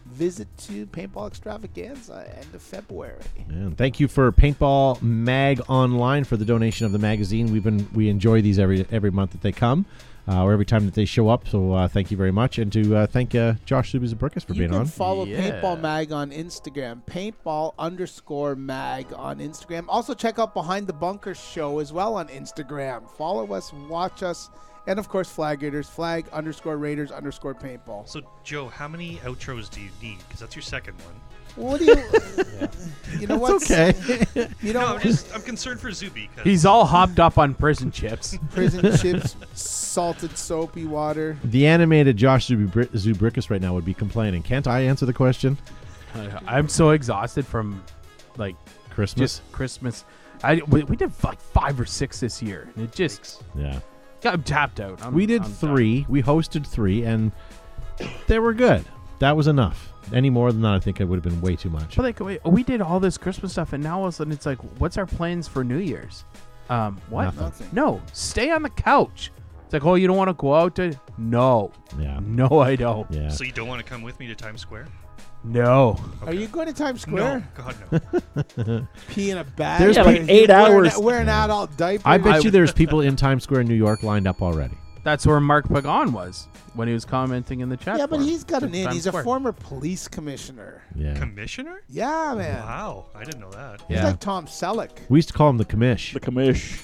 S3: visit to Paintball Extravaganza end of February.
S1: And thank you for Paintball Mag Online for the donation of the magazine. We've been we enjoy these every every month that they come, uh, or every time that they show up. So uh, thank you very much, and to uh, thank uh, Josh Subizaburkas for
S3: you
S1: being
S3: can
S1: on.
S3: follow
S4: Yeah.
S3: Paintball Mag on Instagram, paintball underscore mag on Instagram. Also, check out Behind the Bunker Show as well on Instagram. Follow us, watch us, and of course, Flag Raiders, flag underscore Raiders underscore paintball.
S5: So, Joe, how many outros do you need? Because that's your second one.
S3: What do you? (laughs) You know what?
S1: okay.
S3: (laughs) You
S5: No,
S3: know,
S5: I'm just I'm concerned for Zuby. 'cause
S4: He's all hopped up on prison chips.
S3: prison chips, salted soapy water.
S1: the animated Josh Zubri- Zubrickus right now would be complaining. Can't I answer the question?
S4: I- I'm so exhausted from like
S1: Christmas.
S4: just Christmas. I we, we did like five or six this year, and it just
S1: yeah.
S4: got I'm tapped out. I'm-
S1: We did
S4: I'm done.
S1: three. We hosted three, and they were good. That was enough. Any more than that, I think it would have been way too much.
S4: But like we, we did all this Christmas stuff, and now all of a sudden it's like, what's our plans for New Year's? Um, what?
S1: Nothing.
S3: Nothing.
S4: No, stay on the couch. It's like, oh, you don't want to go out to? No,
S1: Yeah.
S4: no, I don't.
S1: Yeah.
S5: So you don't want to come with me to Times Square?
S4: No,
S3: Are you going to Times Square?
S5: No, God no.
S3: Pee in a bag.
S2: There's Yeah, like
S3: Wearing-
S2: eight
S3: wearing-
S2: hours.
S3: Wearing out all diaper.
S1: I bet
S4: I-
S1: you there's people in Times Square in New York lined up already.
S4: that's where Mark Pagan was when he was commenting in the chat.
S3: Yeah, but
S4: forum.
S3: he's got an in.
S4: Times
S3: He's a
S4: Square.
S3: former police commissioner.
S1: Yeah.
S5: Commissioner?
S3: Yeah, man.
S5: Wow, I didn't know that.
S3: He's
S1: Yeah.
S3: like Tom Selleck.
S1: We used to call him the commish.
S2: The commish.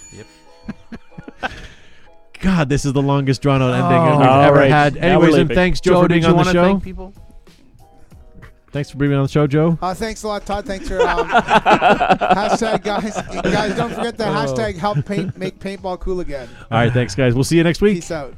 S1: God, this is the longest drawn out ending
S4: Oh.
S1: we've
S2: All
S1: ever
S2: right.
S1: had.
S2: Now we're
S1: Anyways, and
S2: leaving.
S1: thanks, Joe,
S4: Joe,
S1: for
S4: did
S1: being
S4: you
S1: on
S4: wanna
S1: the show.
S4: thank people?
S1: thanks for being on the show, Joe.
S3: Uh, thanks a lot, Todd. Thanks for um, hashtag guys. Guys, don't forget the hashtag help paint make paintball cool again.
S1: All right, thanks, guys. We'll see you next week.
S3: Peace out.